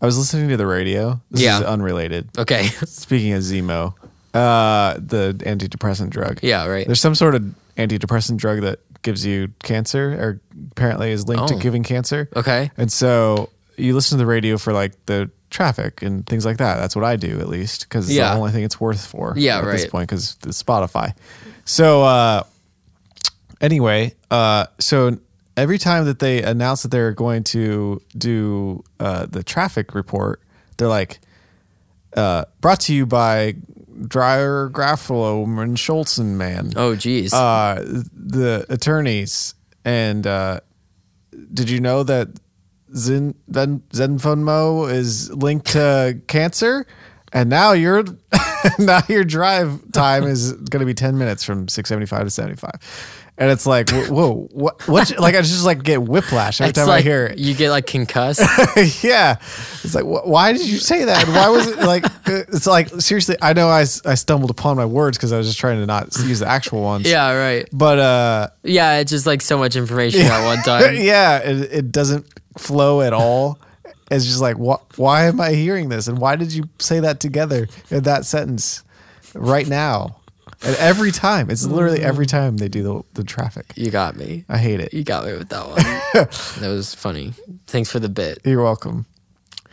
Speaker 1: I was listening to the radio. This
Speaker 2: Yeah.
Speaker 1: is unrelated.
Speaker 2: okay, [laughs]
Speaker 1: Speaking of Zemo, uh, the antidepressant drug.
Speaker 2: yeah, right.
Speaker 1: There's some sort of antidepressant drug that gives you cancer or apparently is linked
Speaker 2: Oh.
Speaker 1: to giving cancer.
Speaker 2: Okay,
Speaker 1: And so you listen to the radio for like the traffic and things like that. That's what I do at least because it's
Speaker 2: Yeah.
Speaker 1: the only thing it's worth for.
Speaker 2: Yeah,
Speaker 1: at this
Speaker 2: right.
Speaker 1: point because it's Spotify. So uh, anyway, uh, so every time that they announce that they're going to do uh, the traffic report, they're like, uh, "Brought to you by Dryer Graffalo and Schultzen Man."
Speaker 2: Oh geez.
Speaker 1: uh, the attorneys and uh, did you know that Zen Zen Zenfunmo is linked to cancer? And now your [laughs] now your drive time is going to be ten minutes from six seventy five to seventy five, and it's like wh- whoa, what? what like I just like get whiplash every
Speaker 2: It's
Speaker 1: time I
Speaker 2: like
Speaker 1: hear it. [laughs]
Speaker 2: you get like concussed.
Speaker 1: yeah, it's like wh- why did you say that? And Why was it like? uh, It's like seriously, I know I, s- I stumbled upon my words because I was just trying to not use the actual ones.
Speaker 2: yeah, right.
Speaker 1: but uh,
Speaker 2: Yeah, it's just like so much information at one
Speaker 1: [laughs]
Speaker 2: time.
Speaker 1: yeah, it, it doesn't flow at all. It's just like, wh- why am I hearing this? And why did you say that together in that sentence right now? And every time, it's literally every time they do the, the traffic.
Speaker 2: You got me.
Speaker 1: I hate it.
Speaker 2: You got me with
Speaker 1: [laughs]
Speaker 2: that one. that was funny. Thanks for the bit.
Speaker 1: You're welcome. [laughs]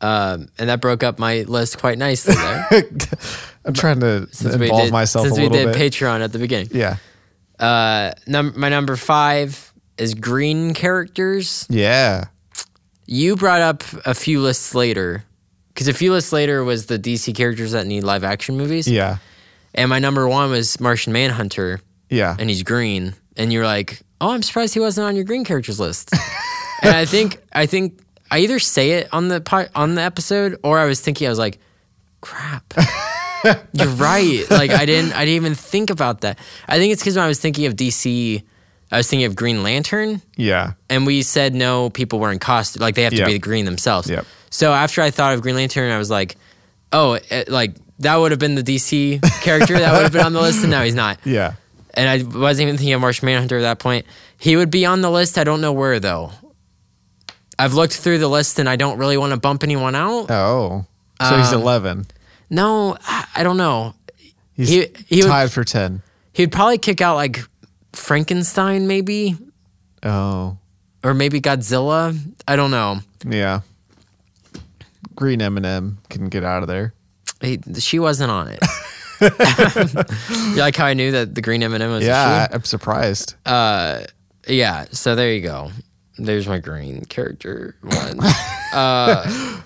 Speaker 2: Um, and that broke up my list quite
Speaker 1: [laughs]
Speaker 2: nicely there.
Speaker 1: I'm trying to involve myself a
Speaker 2: since
Speaker 1: little
Speaker 2: we did
Speaker 1: bit.
Speaker 2: Patreon at the beginning.
Speaker 1: yeah.
Speaker 2: Uh, num- my number five is green characters.
Speaker 1: Yeah.
Speaker 2: You brought up a few lists later. Because a few lists later was the DC characters that need live action movies.
Speaker 1: Yeah.
Speaker 2: And my number one was Martian Manhunter.
Speaker 1: Yeah.
Speaker 2: and he's green, and you're like, "Oh, I'm surprised he wasn't on your green characters list." [laughs] and I think I think I either say it on the po- on the episode, or I was thinking I was like, crap. You're right. Like I didn't I didn't even think about that. I think it's because when I was thinking of DC, I was thinking of Green Lantern
Speaker 1: Yeah.
Speaker 2: and we said no people were in costume like they have to
Speaker 1: Yep.
Speaker 2: be the green themselves
Speaker 1: Yep.
Speaker 2: so after i thought of green lantern i was like oh it, like that would have been the
Speaker 1: [laughs]
Speaker 2: dc character that would have been on the list and now he's not
Speaker 1: Yeah.
Speaker 2: and i wasn't even thinking of martian manhunter at that point he would be on the list i don't know where though i've looked through the list and i don't really want to bump anyone out
Speaker 1: Oh. So he's
Speaker 2: Um,
Speaker 1: 11.
Speaker 2: no i, I don't know
Speaker 1: He's
Speaker 2: he- he would-
Speaker 1: tied for 10.
Speaker 2: he'd probably kick out like frankenstein maybe
Speaker 1: Oh.
Speaker 2: or maybe godzilla i don't know
Speaker 1: Yeah. Green M&M can get out of there.
Speaker 2: He, she wasn't on it. you like how I knew that the green M and M was
Speaker 1: Yeah,
Speaker 2: a
Speaker 1: I- I'm surprised.
Speaker 2: she? Yeah. So there you go. There's my green character one. uh,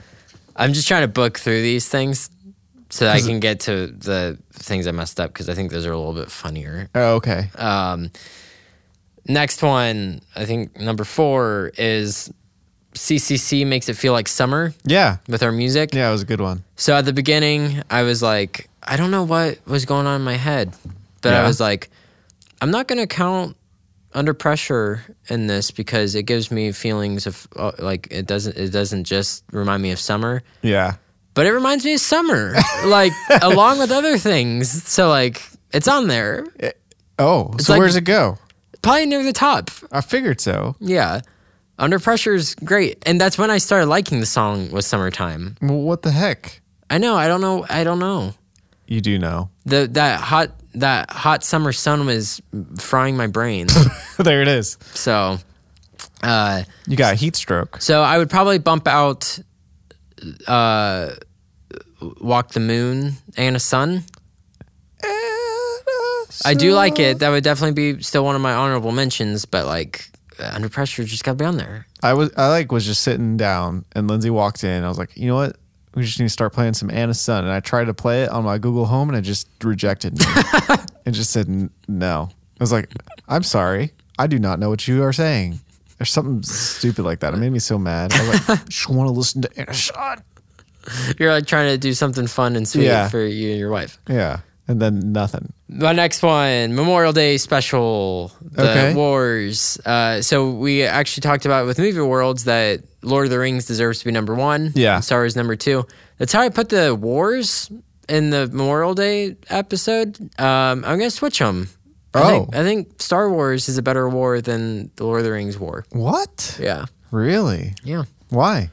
Speaker 2: I'm just trying to book through these things so that I can get to the things I messed up because I think those are a little bit funnier.
Speaker 1: oh, okay.
Speaker 2: Next one, I think number four is CCC makes it feel like summer
Speaker 1: yeah.
Speaker 2: with our music.
Speaker 1: Yeah, it was a good one.
Speaker 2: So at the beginning, I was like, I don't know what was going on in my head, but I
Speaker 1: Yeah.
Speaker 2: was like, I'm not going to count under pressure in this because it gives me feelings of uh, like it doesn't it doesn't just remind me of summer,
Speaker 1: Yeah.
Speaker 2: but it reminds me of summer, like along with other things. So like it's on there,
Speaker 1: Oh, so
Speaker 2: like-
Speaker 1: where's it go?
Speaker 2: probably near the top.
Speaker 1: I figured so.
Speaker 2: Yeah. Under pressure is great, and that's when I started liking the song was summertime.
Speaker 1: Well, what the heck?
Speaker 2: I know, I don't know, I don't know.
Speaker 1: You do know.
Speaker 2: the that hot that hot summer sun was frying my brain.
Speaker 1: [laughs] there it is.
Speaker 2: so, uh,
Speaker 1: You got heat stroke.
Speaker 2: so I would probably bump out, uh, walk the moon and a sun. I do like it. That would definitely be still one of my honorable mentions. But like uh, under pressure, just got to be on there. [laughs]
Speaker 1: I was I like was just sitting down and Lindsay walked in. I was like, you know what? We just need to start playing some Anna Sun. And I tried to play it on my Google Home and it just rejected [laughs] me. it just said n- no. I was like, I'm sorry. I do not know what you are saying. There's something stupid like that. It made me so mad. I was [laughs] like, just want to listen to Anna Sun.
Speaker 2: You're like trying to do something fun and sweet
Speaker 1: Yeah.
Speaker 2: for you and your wife.
Speaker 1: Yeah. And then nothing.
Speaker 2: My next one, Memorial Day special, the
Speaker 1: Okay.
Speaker 2: wars. Uh, so we actually talked about with movie worlds that Lord of the Rings deserves to be number one.
Speaker 1: Yeah.
Speaker 2: and Star Wars number two. That's how I put the wars in the Memorial Day episode. Um, I'm gonna switch them. I think,
Speaker 1: Oh.
Speaker 2: I think Star Wars is a better war than the Lord of the Rings war.
Speaker 1: What?
Speaker 2: Yeah,
Speaker 1: Really?
Speaker 2: yeah.
Speaker 1: Why?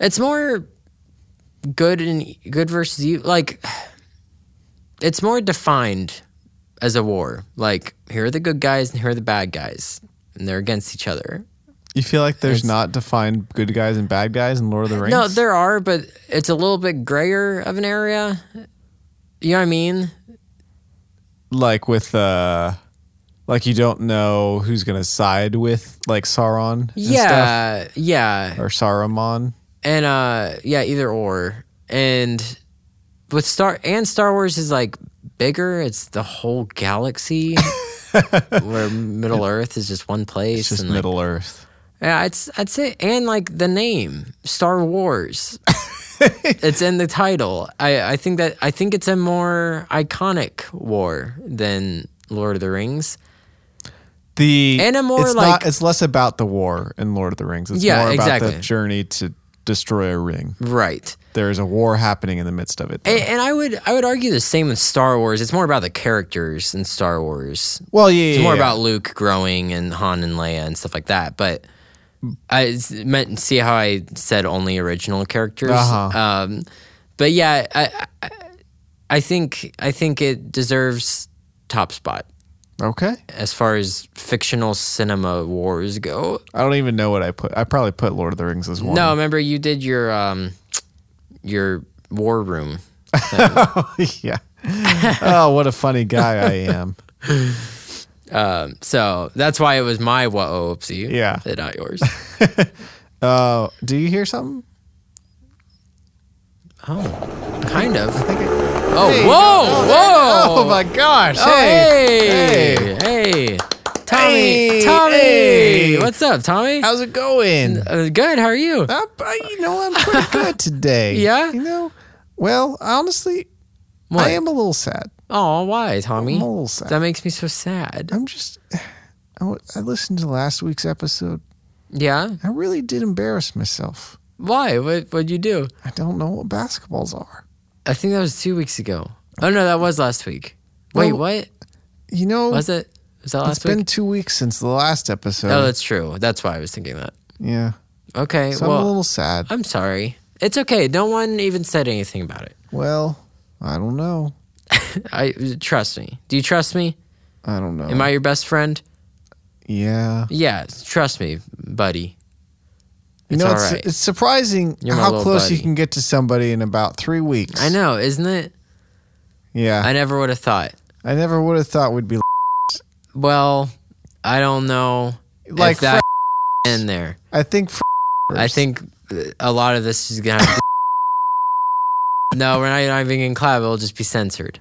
Speaker 2: It's more good and e- good versus evil. Like it's more defined as a war. Like here are the good guys and here are the bad guys, and they're against each other.
Speaker 1: You feel like there's
Speaker 2: It's-
Speaker 1: not defined good guys and bad guys in Lord of the Rings?
Speaker 2: No, there are, but it's a little bit grayer of an area. You know what I mean?
Speaker 1: like with uh like you don't know who's gonna side with like Sauron and stuff,
Speaker 2: Yeah, yeah.
Speaker 1: or Saruman.
Speaker 2: and uh yeah either or and with star and star wars is like bigger it's the whole galaxy where middle earth is just one place
Speaker 1: It's just
Speaker 2: and like-
Speaker 1: Middle Earth.
Speaker 2: yeah it's that's it and like the name star wars it's in the title i i think that i think it's a more iconic war than lord of the rings
Speaker 1: The
Speaker 2: And a more,
Speaker 1: it's
Speaker 2: like-
Speaker 1: it's less about the war in Lord of the Rings. It's
Speaker 2: Yeah,
Speaker 1: more about
Speaker 2: exactly.
Speaker 1: the journey to destroy a ring.
Speaker 2: right
Speaker 1: There is a war happening in the midst of it.
Speaker 2: and, and i would i would argue the same with star wars it's more about the characters in star wars
Speaker 1: well, yeah, yeah,
Speaker 2: It's more
Speaker 1: yeah.
Speaker 2: about Luke growing and Han and Leia and stuff like that. But I s- meant see how I said only original characters.
Speaker 1: Uh-huh.
Speaker 2: Um, but yeah, I, I I think I think it deserves top spot
Speaker 1: okay.
Speaker 2: as far as fictional cinema wars go.
Speaker 1: I don't even know what I put. I probably put Lord of the Rings as one.
Speaker 2: No, remember you did your um, your war room.
Speaker 1: [laughs] yeah. oh, what a funny guy I am.
Speaker 2: Um, so that's why it was my what oopsie.
Speaker 1: Yeah.
Speaker 2: and not yours.
Speaker 1: [laughs] Oh, do you hear something?
Speaker 2: oh, kind of.
Speaker 1: I think I-
Speaker 2: Oh,
Speaker 1: Hey.
Speaker 2: whoa, whoa!
Speaker 1: Oh my gosh!
Speaker 2: Oh, hey,
Speaker 1: hey.
Speaker 2: hey, Tommy,
Speaker 1: Hey,
Speaker 2: Tommy,
Speaker 1: hey.
Speaker 2: what's up, Tommy?
Speaker 1: How's it going?
Speaker 2: Uh, good. How are you? [laughs]
Speaker 1: I'm, uh, you know, I'm pretty good today.
Speaker 2: Yeah?
Speaker 1: You know, Well, honestly,
Speaker 2: What?
Speaker 1: I am a little sad.
Speaker 2: Oh, why, Tommy?
Speaker 1: I'm a little sad.
Speaker 2: That makes me so sad.
Speaker 1: I'm just. [sighs] I wa- I listened to last week's episode.
Speaker 2: Yeah.
Speaker 1: I really did embarrass myself.
Speaker 2: Why? What? What'd you do?
Speaker 1: I don't know what basketballs are.
Speaker 2: I think that was two weeks ago. Oh no, that was last week. Wait,
Speaker 1: Well,
Speaker 2: what?
Speaker 1: You know,
Speaker 2: Was it? Was that
Speaker 1: Oh, it's
Speaker 2: last
Speaker 1: been
Speaker 2: week?
Speaker 1: two weeks since the last episode.
Speaker 2: Oh, that's true. That's why I was thinking that.
Speaker 1: yeah.
Speaker 2: Okay.
Speaker 1: So I'm a
Speaker 2: well,
Speaker 1: little sad.
Speaker 2: I'm sorry. It's okay. No one even said anything about it. [laughs]
Speaker 1: Well, I don't know.
Speaker 2: I trust me. Do you trust me?
Speaker 1: I don't know.
Speaker 2: Am I your best friend?
Speaker 1: yeah.
Speaker 2: Yeah, trust me, buddy.
Speaker 1: You
Speaker 2: It's
Speaker 1: know,
Speaker 2: all
Speaker 1: it's,
Speaker 2: right.
Speaker 1: it's surprising
Speaker 2: You're my
Speaker 1: how
Speaker 2: little
Speaker 1: close you
Speaker 2: buddy.
Speaker 1: can get to somebody in about three weeks.
Speaker 2: I know, isn't it?
Speaker 1: Yeah.
Speaker 2: I never would have thought.
Speaker 1: I never would have thought we'd be
Speaker 2: Well, I don't know
Speaker 1: Like
Speaker 2: if that in there.
Speaker 1: I think. Fr-
Speaker 2: I
Speaker 1: first.
Speaker 2: think uh, a lot of this is gonna. Have
Speaker 1: [laughs]
Speaker 2: to no, we're not even in clap. It'll just be censored.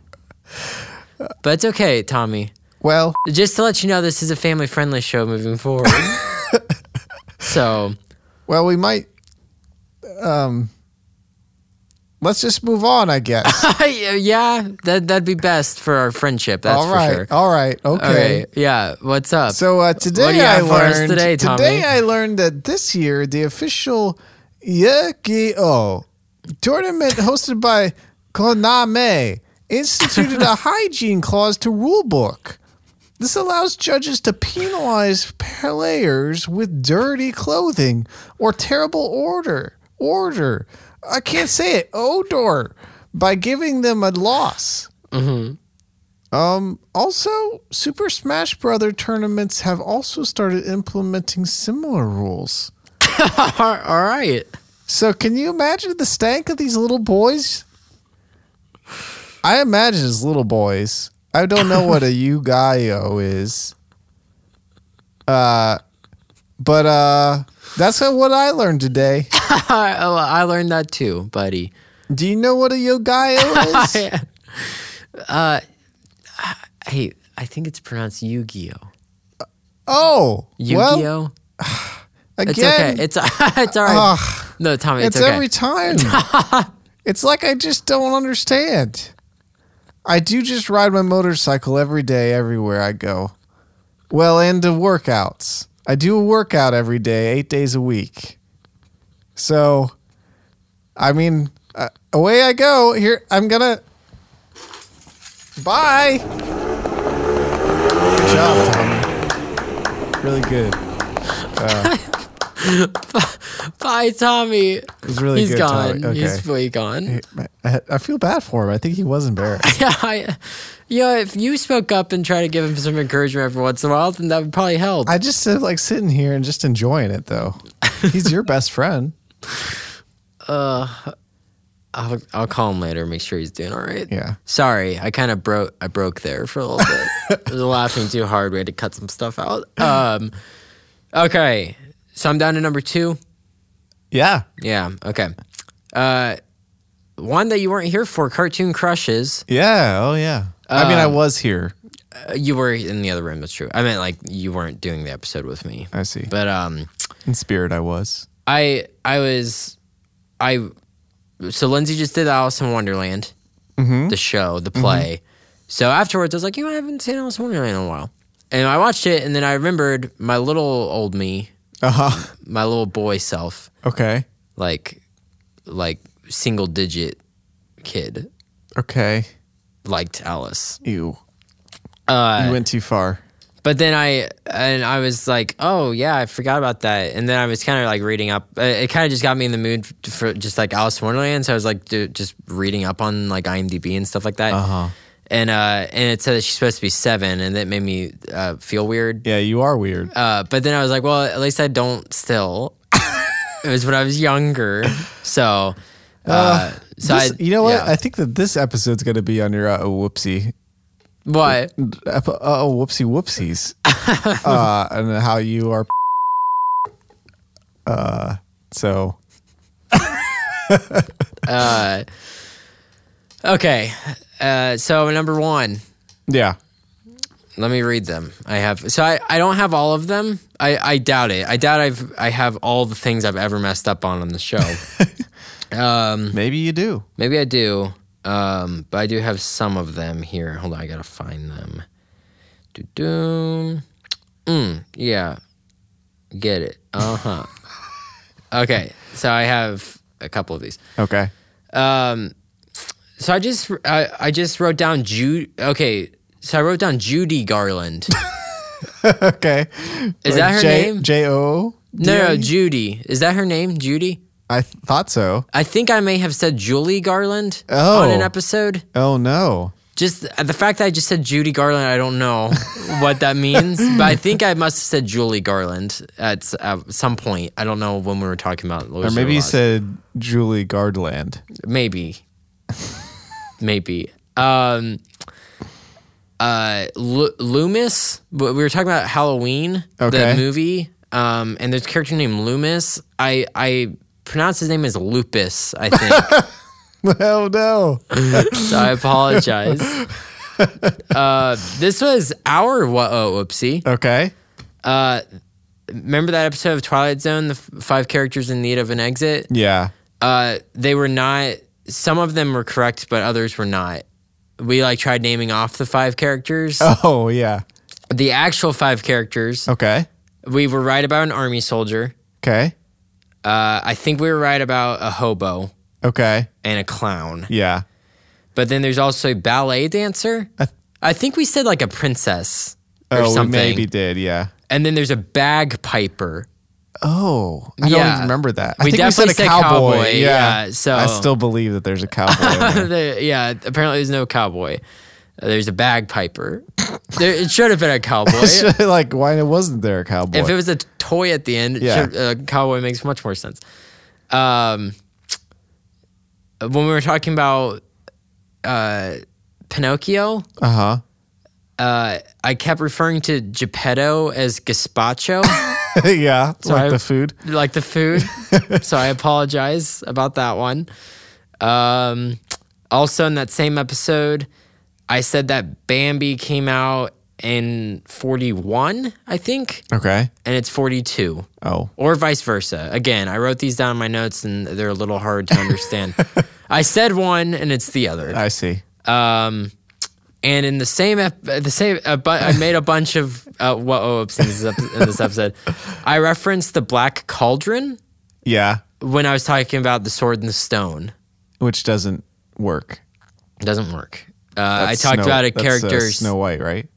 Speaker 2: But it's okay, Tommy.
Speaker 1: Well,
Speaker 2: Just to let you know, this is a family-friendly show moving
Speaker 1: [laughs]
Speaker 2: forward. so [laughs]
Speaker 1: well, we might. Um. Let's just move on, I guess.
Speaker 2: yeah, that that'd be best for our friendship. [laughs] That's
Speaker 1: all right.
Speaker 2: for sure.
Speaker 1: All right.
Speaker 2: All
Speaker 1: Okay.
Speaker 2: right. Yeah. What's up?
Speaker 1: So uh, today
Speaker 2: What do you
Speaker 1: I
Speaker 2: have for us
Speaker 1: learned.
Speaker 2: today, Tommy?
Speaker 1: I learned that this year the official Yukio tournament hosted by Koname instituted
Speaker 2: [laughs]
Speaker 1: a hygiene clause to rulebook. This allows judges to penalize players with dirty clothing or terrible order. Order. I can't say it. Odor. By giving them a loss. Um, also, Super Smash Brother tournaments have also started implementing similar rules.
Speaker 2: all right. [laughs]
Speaker 1: So, can you imagine the stank of these little boys? I imagine it's little boys. I don't know what a
Speaker 2: [laughs]
Speaker 1: Yugayo is. Uh, but uh, that's what I learned today.
Speaker 2: Oh, I learned that too,
Speaker 1: [laughs]
Speaker 2: buddy.
Speaker 1: Do you know what a Yugayo
Speaker 2: [laughs]
Speaker 1: is?
Speaker 2: uh, hey, I think it's pronounced Yu-Gi-Oh.
Speaker 1: oh,
Speaker 2: Yu-Gi-Oh.
Speaker 1: well,
Speaker 2: it's
Speaker 1: again,
Speaker 2: okay. It's [laughs] it's all right.
Speaker 1: ugh.
Speaker 2: no, Tommy, it's,
Speaker 1: It's
Speaker 2: okay.
Speaker 1: every
Speaker 2: [laughs]
Speaker 1: time. it's like I just don't understand. I do just ride my motorcycle every day, everywhere I go. Well, and to workouts. I do a workout every day, eight days a week. So, I mean, uh, away I go. Here, I'm gonna. Bye. Good job, Tommy. Really good.
Speaker 2: Bye, Tommy.
Speaker 1: was really
Speaker 2: He's
Speaker 1: good,
Speaker 2: gone.
Speaker 1: Tommy.
Speaker 2: He's
Speaker 1: Okay.
Speaker 2: way gone.
Speaker 1: I, I feel bad for him. I think he was embarrassed.
Speaker 2: Yeah, [laughs] I, you know, if you spoke up and tried to give him some encouragement every once in a while, then that would probably help.
Speaker 1: I just uh, like sitting here and just enjoying it though. He's your best
Speaker 2: [laughs]
Speaker 1: friend.
Speaker 2: I'll, I'll call him later. Make sure he's doing all right.
Speaker 1: Yeah.
Speaker 2: Sorry, I kind of broke. I broke there for a little bit. I was laughing too hard. We had to cut some stuff out. Um, okay, so I'm down to number two.
Speaker 1: Yeah.
Speaker 2: Yeah. Okay. Uh, one that you weren't here for, cartoon crushes.
Speaker 1: Yeah. Oh yeah. I mean, I
Speaker 2: Um,
Speaker 1: was here.
Speaker 2: Uh, you were in the other room. That's true. I meant like you weren't doing the episode with me.
Speaker 1: I see.
Speaker 2: But um,
Speaker 1: In spirit, I was.
Speaker 2: I I was I so Lindsay just did Alice in Wonderland,
Speaker 1: Mm-hmm.
Speaker 2: the show, the play. So afterwards, I was like, you know, I haven't seen Alice in Wonderland in a while, and I watched it, and then I remembered my little old me,
Speaker 1: Uh huh.
Speaker 2: my little boy self,
Speaker 1: Okay.
Speaker 2: like like single digit kid
Speaker 1: Okay.
Speaker 2: liked Alice.
Speaker 1: Ew.
Speaker 2: Uh,
Speaker 1: You went too far.
Speaker 2: but then I and I was like, oh yeah, I forgot about that. And then I was kind of like reading up. uh, It kind of just got me in the mood f- for just like Alice in Wonderland. So I was like do, just reading up on like IMDb and stuff like that.
Speaker 1: Uh-huh.
Speaker 2: And uh, and it said that she's supposed to be seven, and that made me uh, feel weird.
Speaker 1: Yeah, you are weird.
Speaker 2: Uh, but then I was like, well, at least I don't still. [laughs] it was when I was younger, so. Uh, so
Speaker 1: This-
Speaker 2: I,
Speaker 1: you know what?
Speaker 2: yeah.
Speaker 1: I think that this episode's gonna be on your uh, oh whoopsie,
Speaker 2: what?
Speaker 1: uh, oh whoopsie
Speaker 2: [laughs]
Speaker 1: whoopsies, uh, and how you are. Uh, so
Speaker 2: Uh, okay, uh, so number one.
Speaker 1: yeah,
Speaker 2: Let me read them. I have so I, I don't have all of them. I, I doubt it. I doubt I've I have all the things I've ever messed up on on the show. Um,
Speaker 1: Maybe you do.
Speaker 2: maybe I do. Um, but I do have some of them here. Hold on, I gotta find them. Do do. Mm, yeah. Get it. Uh huh. okay, so I have a couple of these.
Speaker 1: Okay.
Speaker 2: Um, so I just I, I just wrote down Jude. Okay, so I wrote down Judy Garland.
Speaker 1: [laughs] okay.
Speaker 2: Is
Speaker 1: Or
Speaker 2: that her
Speaker 1: J-
Speaker 2: name?
Speaker 1: J O.
Speaker 2: No, no, Judy. Is that her name? Judy.
Speaker 1: I th- thought so.
Speaker 2: I think I may have said Julie Garland
Speaker 1: Oh.
Speaker 2: on an episode.
Speaker 1: Oh no.
Speaker 2: Just uh, the fact that I just said Judy Garland, I don't know [laughs] what that means, but I think I must have said Julie Garland at, s- at some point. I don't know when we were talking about Louis
Speaker 1: Or maybe you
Speaker 2: Ross.
Speaker 1: said Julie Gardland. [laughs]
Speaker 2: maybe maybe um uh Lu- loomis but we were talking about halloween
Speaker 1: Okay.
Speaker 2: the movie um and there's a character named loomis i i pronounce his name as lupus i think [laughs]
Speaker 1: oh no.
Speaker 2: so i apologize uh this was our what oh oopsie
Speaker 1: Okay.
Speaker 2: uh remember that episode of twilight zone the f- five characters in need of an exit
Speaker 1: Yeah.
Speaker 2: uh, they were not. Some of them were correct, but others were not. We like tried naming off the five characters.
Speaker 1: Oh yeah.
Speaker 2: The actual five characters.
Speaker 1: Okay.
Speaker 2: We were right about an army soldier.
Speaker 1: Okay.
Speaker 2: Uh, I think we were right about a hobo
Speaker 1: Okay.
Speaker 2: and a clown.
Speaker 1: Yeah.
Speaker 2: But then there's also a ballet dancer.
Speaker 1: I th-
Speaker 2: I think we said like a princess or
Speaker 1: oh,
Speaker 2: something.
Speaker 1: we maybe did. Yeah.
Speaker 2: And then there's
Speaker 1: [coughs]
Speaker 2: a [coughs] bagpiper.
Speaker 1: Oh, I don't
Speaker 2: Yeah.
Speaker 1: even remember that. I
Speaker 2: We
Speaker 1: think
Speaker 2: definitely
Speaker 1: we said a
Speaker 2: said
Speaker 1: cowboy.
Speaker 2: cowboy,
Speaker 1: Yeah.
Speaker 2: yeah, so-
Speaker 1: I still believe that there's a cowboy. in
Speaker 2: [laughs]
Speaker 1: there. [laughs]
Speaker 2: The- yeah, apparently there's no cowboy. Uh, There's a bagpiper. there, it should have been
Speaker 1: [laughs]
Speaker 2: a cowboy. [laughs]
Speaker 1: like, why wasn't there a cowboy?
Speaker 2: If it was a t- toy at the end, it
Speaker 1: Yeah.
Speaker 2: should, uh, cowboy makes much more sense. Um, when we were talking about uh, Pinocchio,
Speaker 1: uh huh.
Speaker 2: uh, I kept referring to Geppetto as gazpacho,
Speaker 1: [laughs]
Speaker 2: [laughs]
Speaker 1: yeah. like
Speaker 2: I-
Speaker 1: the food.
Speaker 2: like the food. so I apologize about that one. Um, also, in that same episode, I said that Bambi came out in 41, I think,
Speaker 1: Okay.
Speaker 2: and it's 42.
Speaker 1: Oh.
Speaker 2: or vice versa. Again, I wrote these down in my notes and they're a little hard to
Speaker 1: [laughs]
Speaker 2: understand. I said one and it's the other.
Speaker 1: I see.
Speaker 2: Um, and in the same, ep- the same, a bu- I made a bunch of uh, what oh, oops, in this, ep- in this episode. I referenced the black cauldron
Speaker 1: Yeah.
Speaker 2: when I was talking about the sword and the stone.
Speaker 1: Which doesn't work.
Speaker 2: It doesn't work. Uh, I
Speaker 1: That's
Speaker 2: talked
Speaker 1: Snow-
Speaker 2: about a
Speaker 1: that's, uh,
Speaker 2: character's.
Speaker 1: Snow White, right?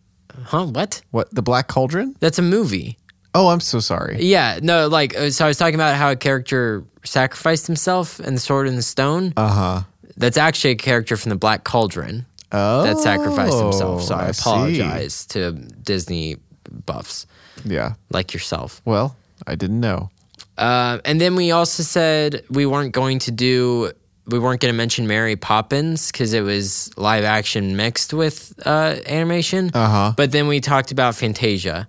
Speaker 2: Huh? What?
Speaker 1: What the Black Cauldron?
Speaker 2: That's a movie.
Speaker 1: Oh, I'm so sorry.
Speaker 2: Yeah. No. Like, uh, so I was talking about how a character sacrificed himself in the sword and the stone.
Speaker 1: Uh huh.
Speaker 2: That's actually a character from the Black Cauldron
Speaker 1: Oh,
Speaker 2: that sacrificed himself. So I,
Speaker 1: I see.
Speaker 2: apologize to Disney buffs
Speaker 1: Yeah.
Speaker 2: like yourself.
Speaker 1: Well, I didn't know.
Speaker 2: Uh, and then we also said we weren't going to do, we weren't going to mention Mary Poppins because it was live action mixed with uh, animation.
Speaker 1: Uh-huh.
Speaker 2: But then we talked about Fantasia.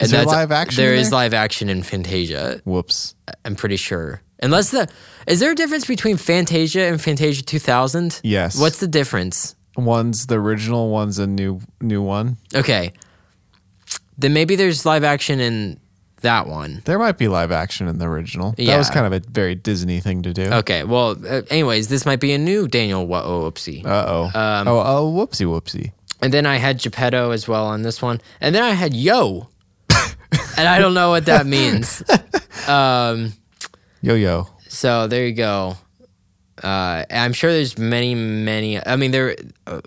Speaker 1: Is there live action
Speaker 2: There
Speaker 1: in
Speaker 2: is
Speaker 1: there?
Speaker 2: live action in Fantasia.
Speaker 1: Whoops.
Speaker 2: I'm pretty sure. Unless the is there a difference between Fantasia and Fantasia 2000?
Speaker 1: Yes.
Speaker 2: What's the difference?
Speaker 1: One's the original. One's a new new one.
Speaker 2: Okay. Then maybe there's live action in that one.
Speaker 1: There might be live action in the original. That
Speaker 2: Yeah.
Speaker 1: was kind of a very Disney thing to do.
Speaker 2: Okay. Well, uh, anyways, this might be a new Daniel Wa- oh, oopsie.
Speaker 1: Uh oh.
Speaker 2: Um,
Speaker 1: oh oh. Whoopsie whoopsie.
Speaker 2: and then I had Geppetto as well on this one. And then I had Yo. and I don't know what that means. um,
Speaker 1: Yo yo.
Speaker 2: so there you go. Uh, and I'm sure there's many, many. I mean, there. Uh,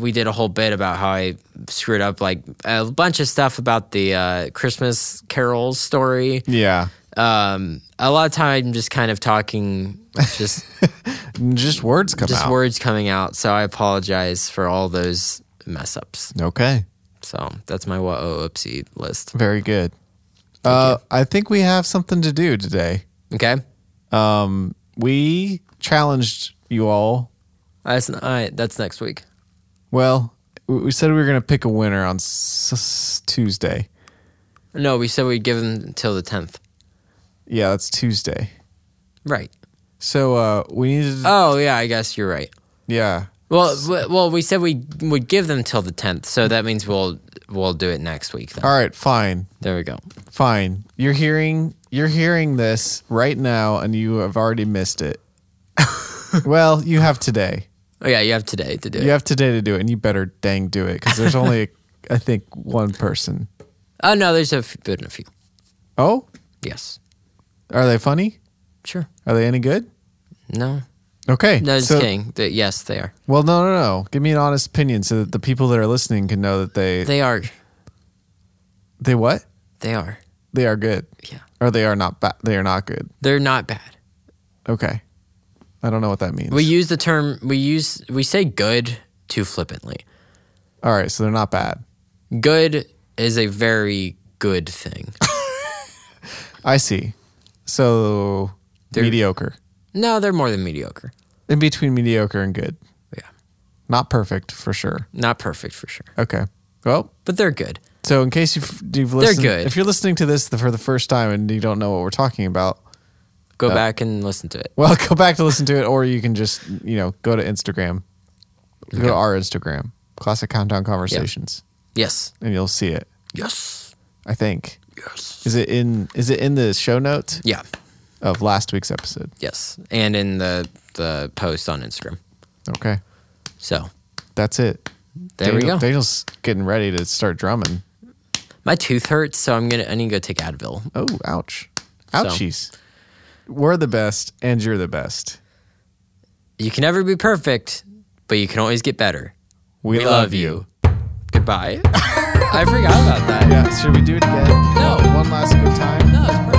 Speaker 2: we did a whole bit about how I screwed up like a bunch of stuff about the uh, Christmas Carol story.
Speaker 1: Yeah.
Speaker 2: um, a lot of time just kind of talking, just
Speaker 1: Just words come
Speaker 2: just
Speaker 1: out.
Speaker 2: words coming out. So I apologize for all those mess ups.
Speaker 1: Okay.
Speaker 2: So that's my what oh oopsie list.
Speaker 1: Very good. Uh, I think we have something to do today.
Speaker 2: Okay,
Speaker 1: Um, we challenged you all.
Speaker 2: that's all right, that's next week.
Speaker 1: Well, we we said we were going to pick a winner on s- s- Tuesday.
Speaker 2: No, we said we'd give them until the tenth.
Speaker 1: Yeah, that's Tuesday.
Speaker 2: Right.
Speaker 1: So uh, we needed.
Speaker 2: Oh yeah, I guess you're right.
Speaker 1: yeah.
Speaker 2: Well, w- well, we said we would give them till the tenth, so that means we'll we'll do it next week. Then.
Speaker 1: All right. Fine.
Speaker 2: There we go.
Speaker 1: Fine. You're hearing. You're hearing this right now, and you have already missed it. [laughs] well, you have today.
Speaker 2: Oh, yeah, you have today to do
Speaker 1: You
Speaker 2: it.
Speaker 1: have today to do it, and you better dang do it because there's only, [laughs] I think, one person.
Speaker 2: Oh, no, there's a few, been a few.
Speaker 1: Oh,
Speaker 2: Yes.
Speaker 1: are they funny?
Speaker 2: Sure.
Speaker 1: Are they any good?
Speaker 2: No.
Speaker 1: Okay.
Speaker 2: No, just
Speaker 1: so-
Speaker 2: kidding. The- yes, they are.
Speaker 1: Well, no, no, no. Give me an honest opinion so that the people that are listening can know that they they,
Speaker 2: They are.
Speaker 1: what
Speaker 2: They are.
Speaker 1: they are good
Speaker 2: Yeah.
Speaker 1: or they are not bad. They are not good.
Speaker 2: They're not bad.
Speaker 1: Okay. I don't know what that means.
Speaker 2: We use the term, we use, we say good too flippantly.
Speaker 1: All right, so they're not bad.
Speaker 2: Good is a very good thing. [laughs]
Speaker 1: I see. So
Speaker 2: They're-
Speaker 1: mediocre.
Speaker 2: no, they're more than mediocre.
Speaker 1: In between mediocre and good.
Speaker 2: Yeah.
Speaker 1: Not perfect for sure.
Speaker 2: Not perfect for sure,
Speaker 1: Okay. Well,
Speaker 2: but they're good.
Speaker 1: so in case you've, you've listened,
Speaker 2: good.
Speaker 1: if you're listening to this the, for the first time and you don't know what we're talking about,
Speaker 2: Go back and listen to it.
Speaker 1: well, [laughs] go back to listen to it, or you can just you know go to Instagram, go to our Instagram, Classic Countdown Conversations,
Speaker 2: Yes.
Speaker 1: and you'll see it.
Speaker 2: Yes.
Speaker 1: I think
Speaker 2: Yes.
Speaker 1: is it in is it in the show notes
Speaker 2: Yeah.
Speaker 1: of last week's episode?
Speaker 2: Yes. And in the the post on Instagram.
Speaker 1: Okay,
Speaker 2: So
Speaker 1: that's it.
Speaker 2: there we
Speaker 1: Daniel-
Speaker 2: go.
Speaker 1: Daniel's getting ready to start drumming.
Speaker 2: My tooth hurts, so I'm gonna I need to go take Advil.
Speaker 1: Oh, ouch. Ouchies. We're the best and you're the best.
Speaker 2: You can never be perfect, but you can always get better.
Speaker 1: We,
Speaker 2: Goodbye. [laughs] I forgot about that.
Speaker 1: Yeah, should we do it again?
Speaker 2: No.
Speaker 1: One last good time.
Speaker 2: No, it's perfect.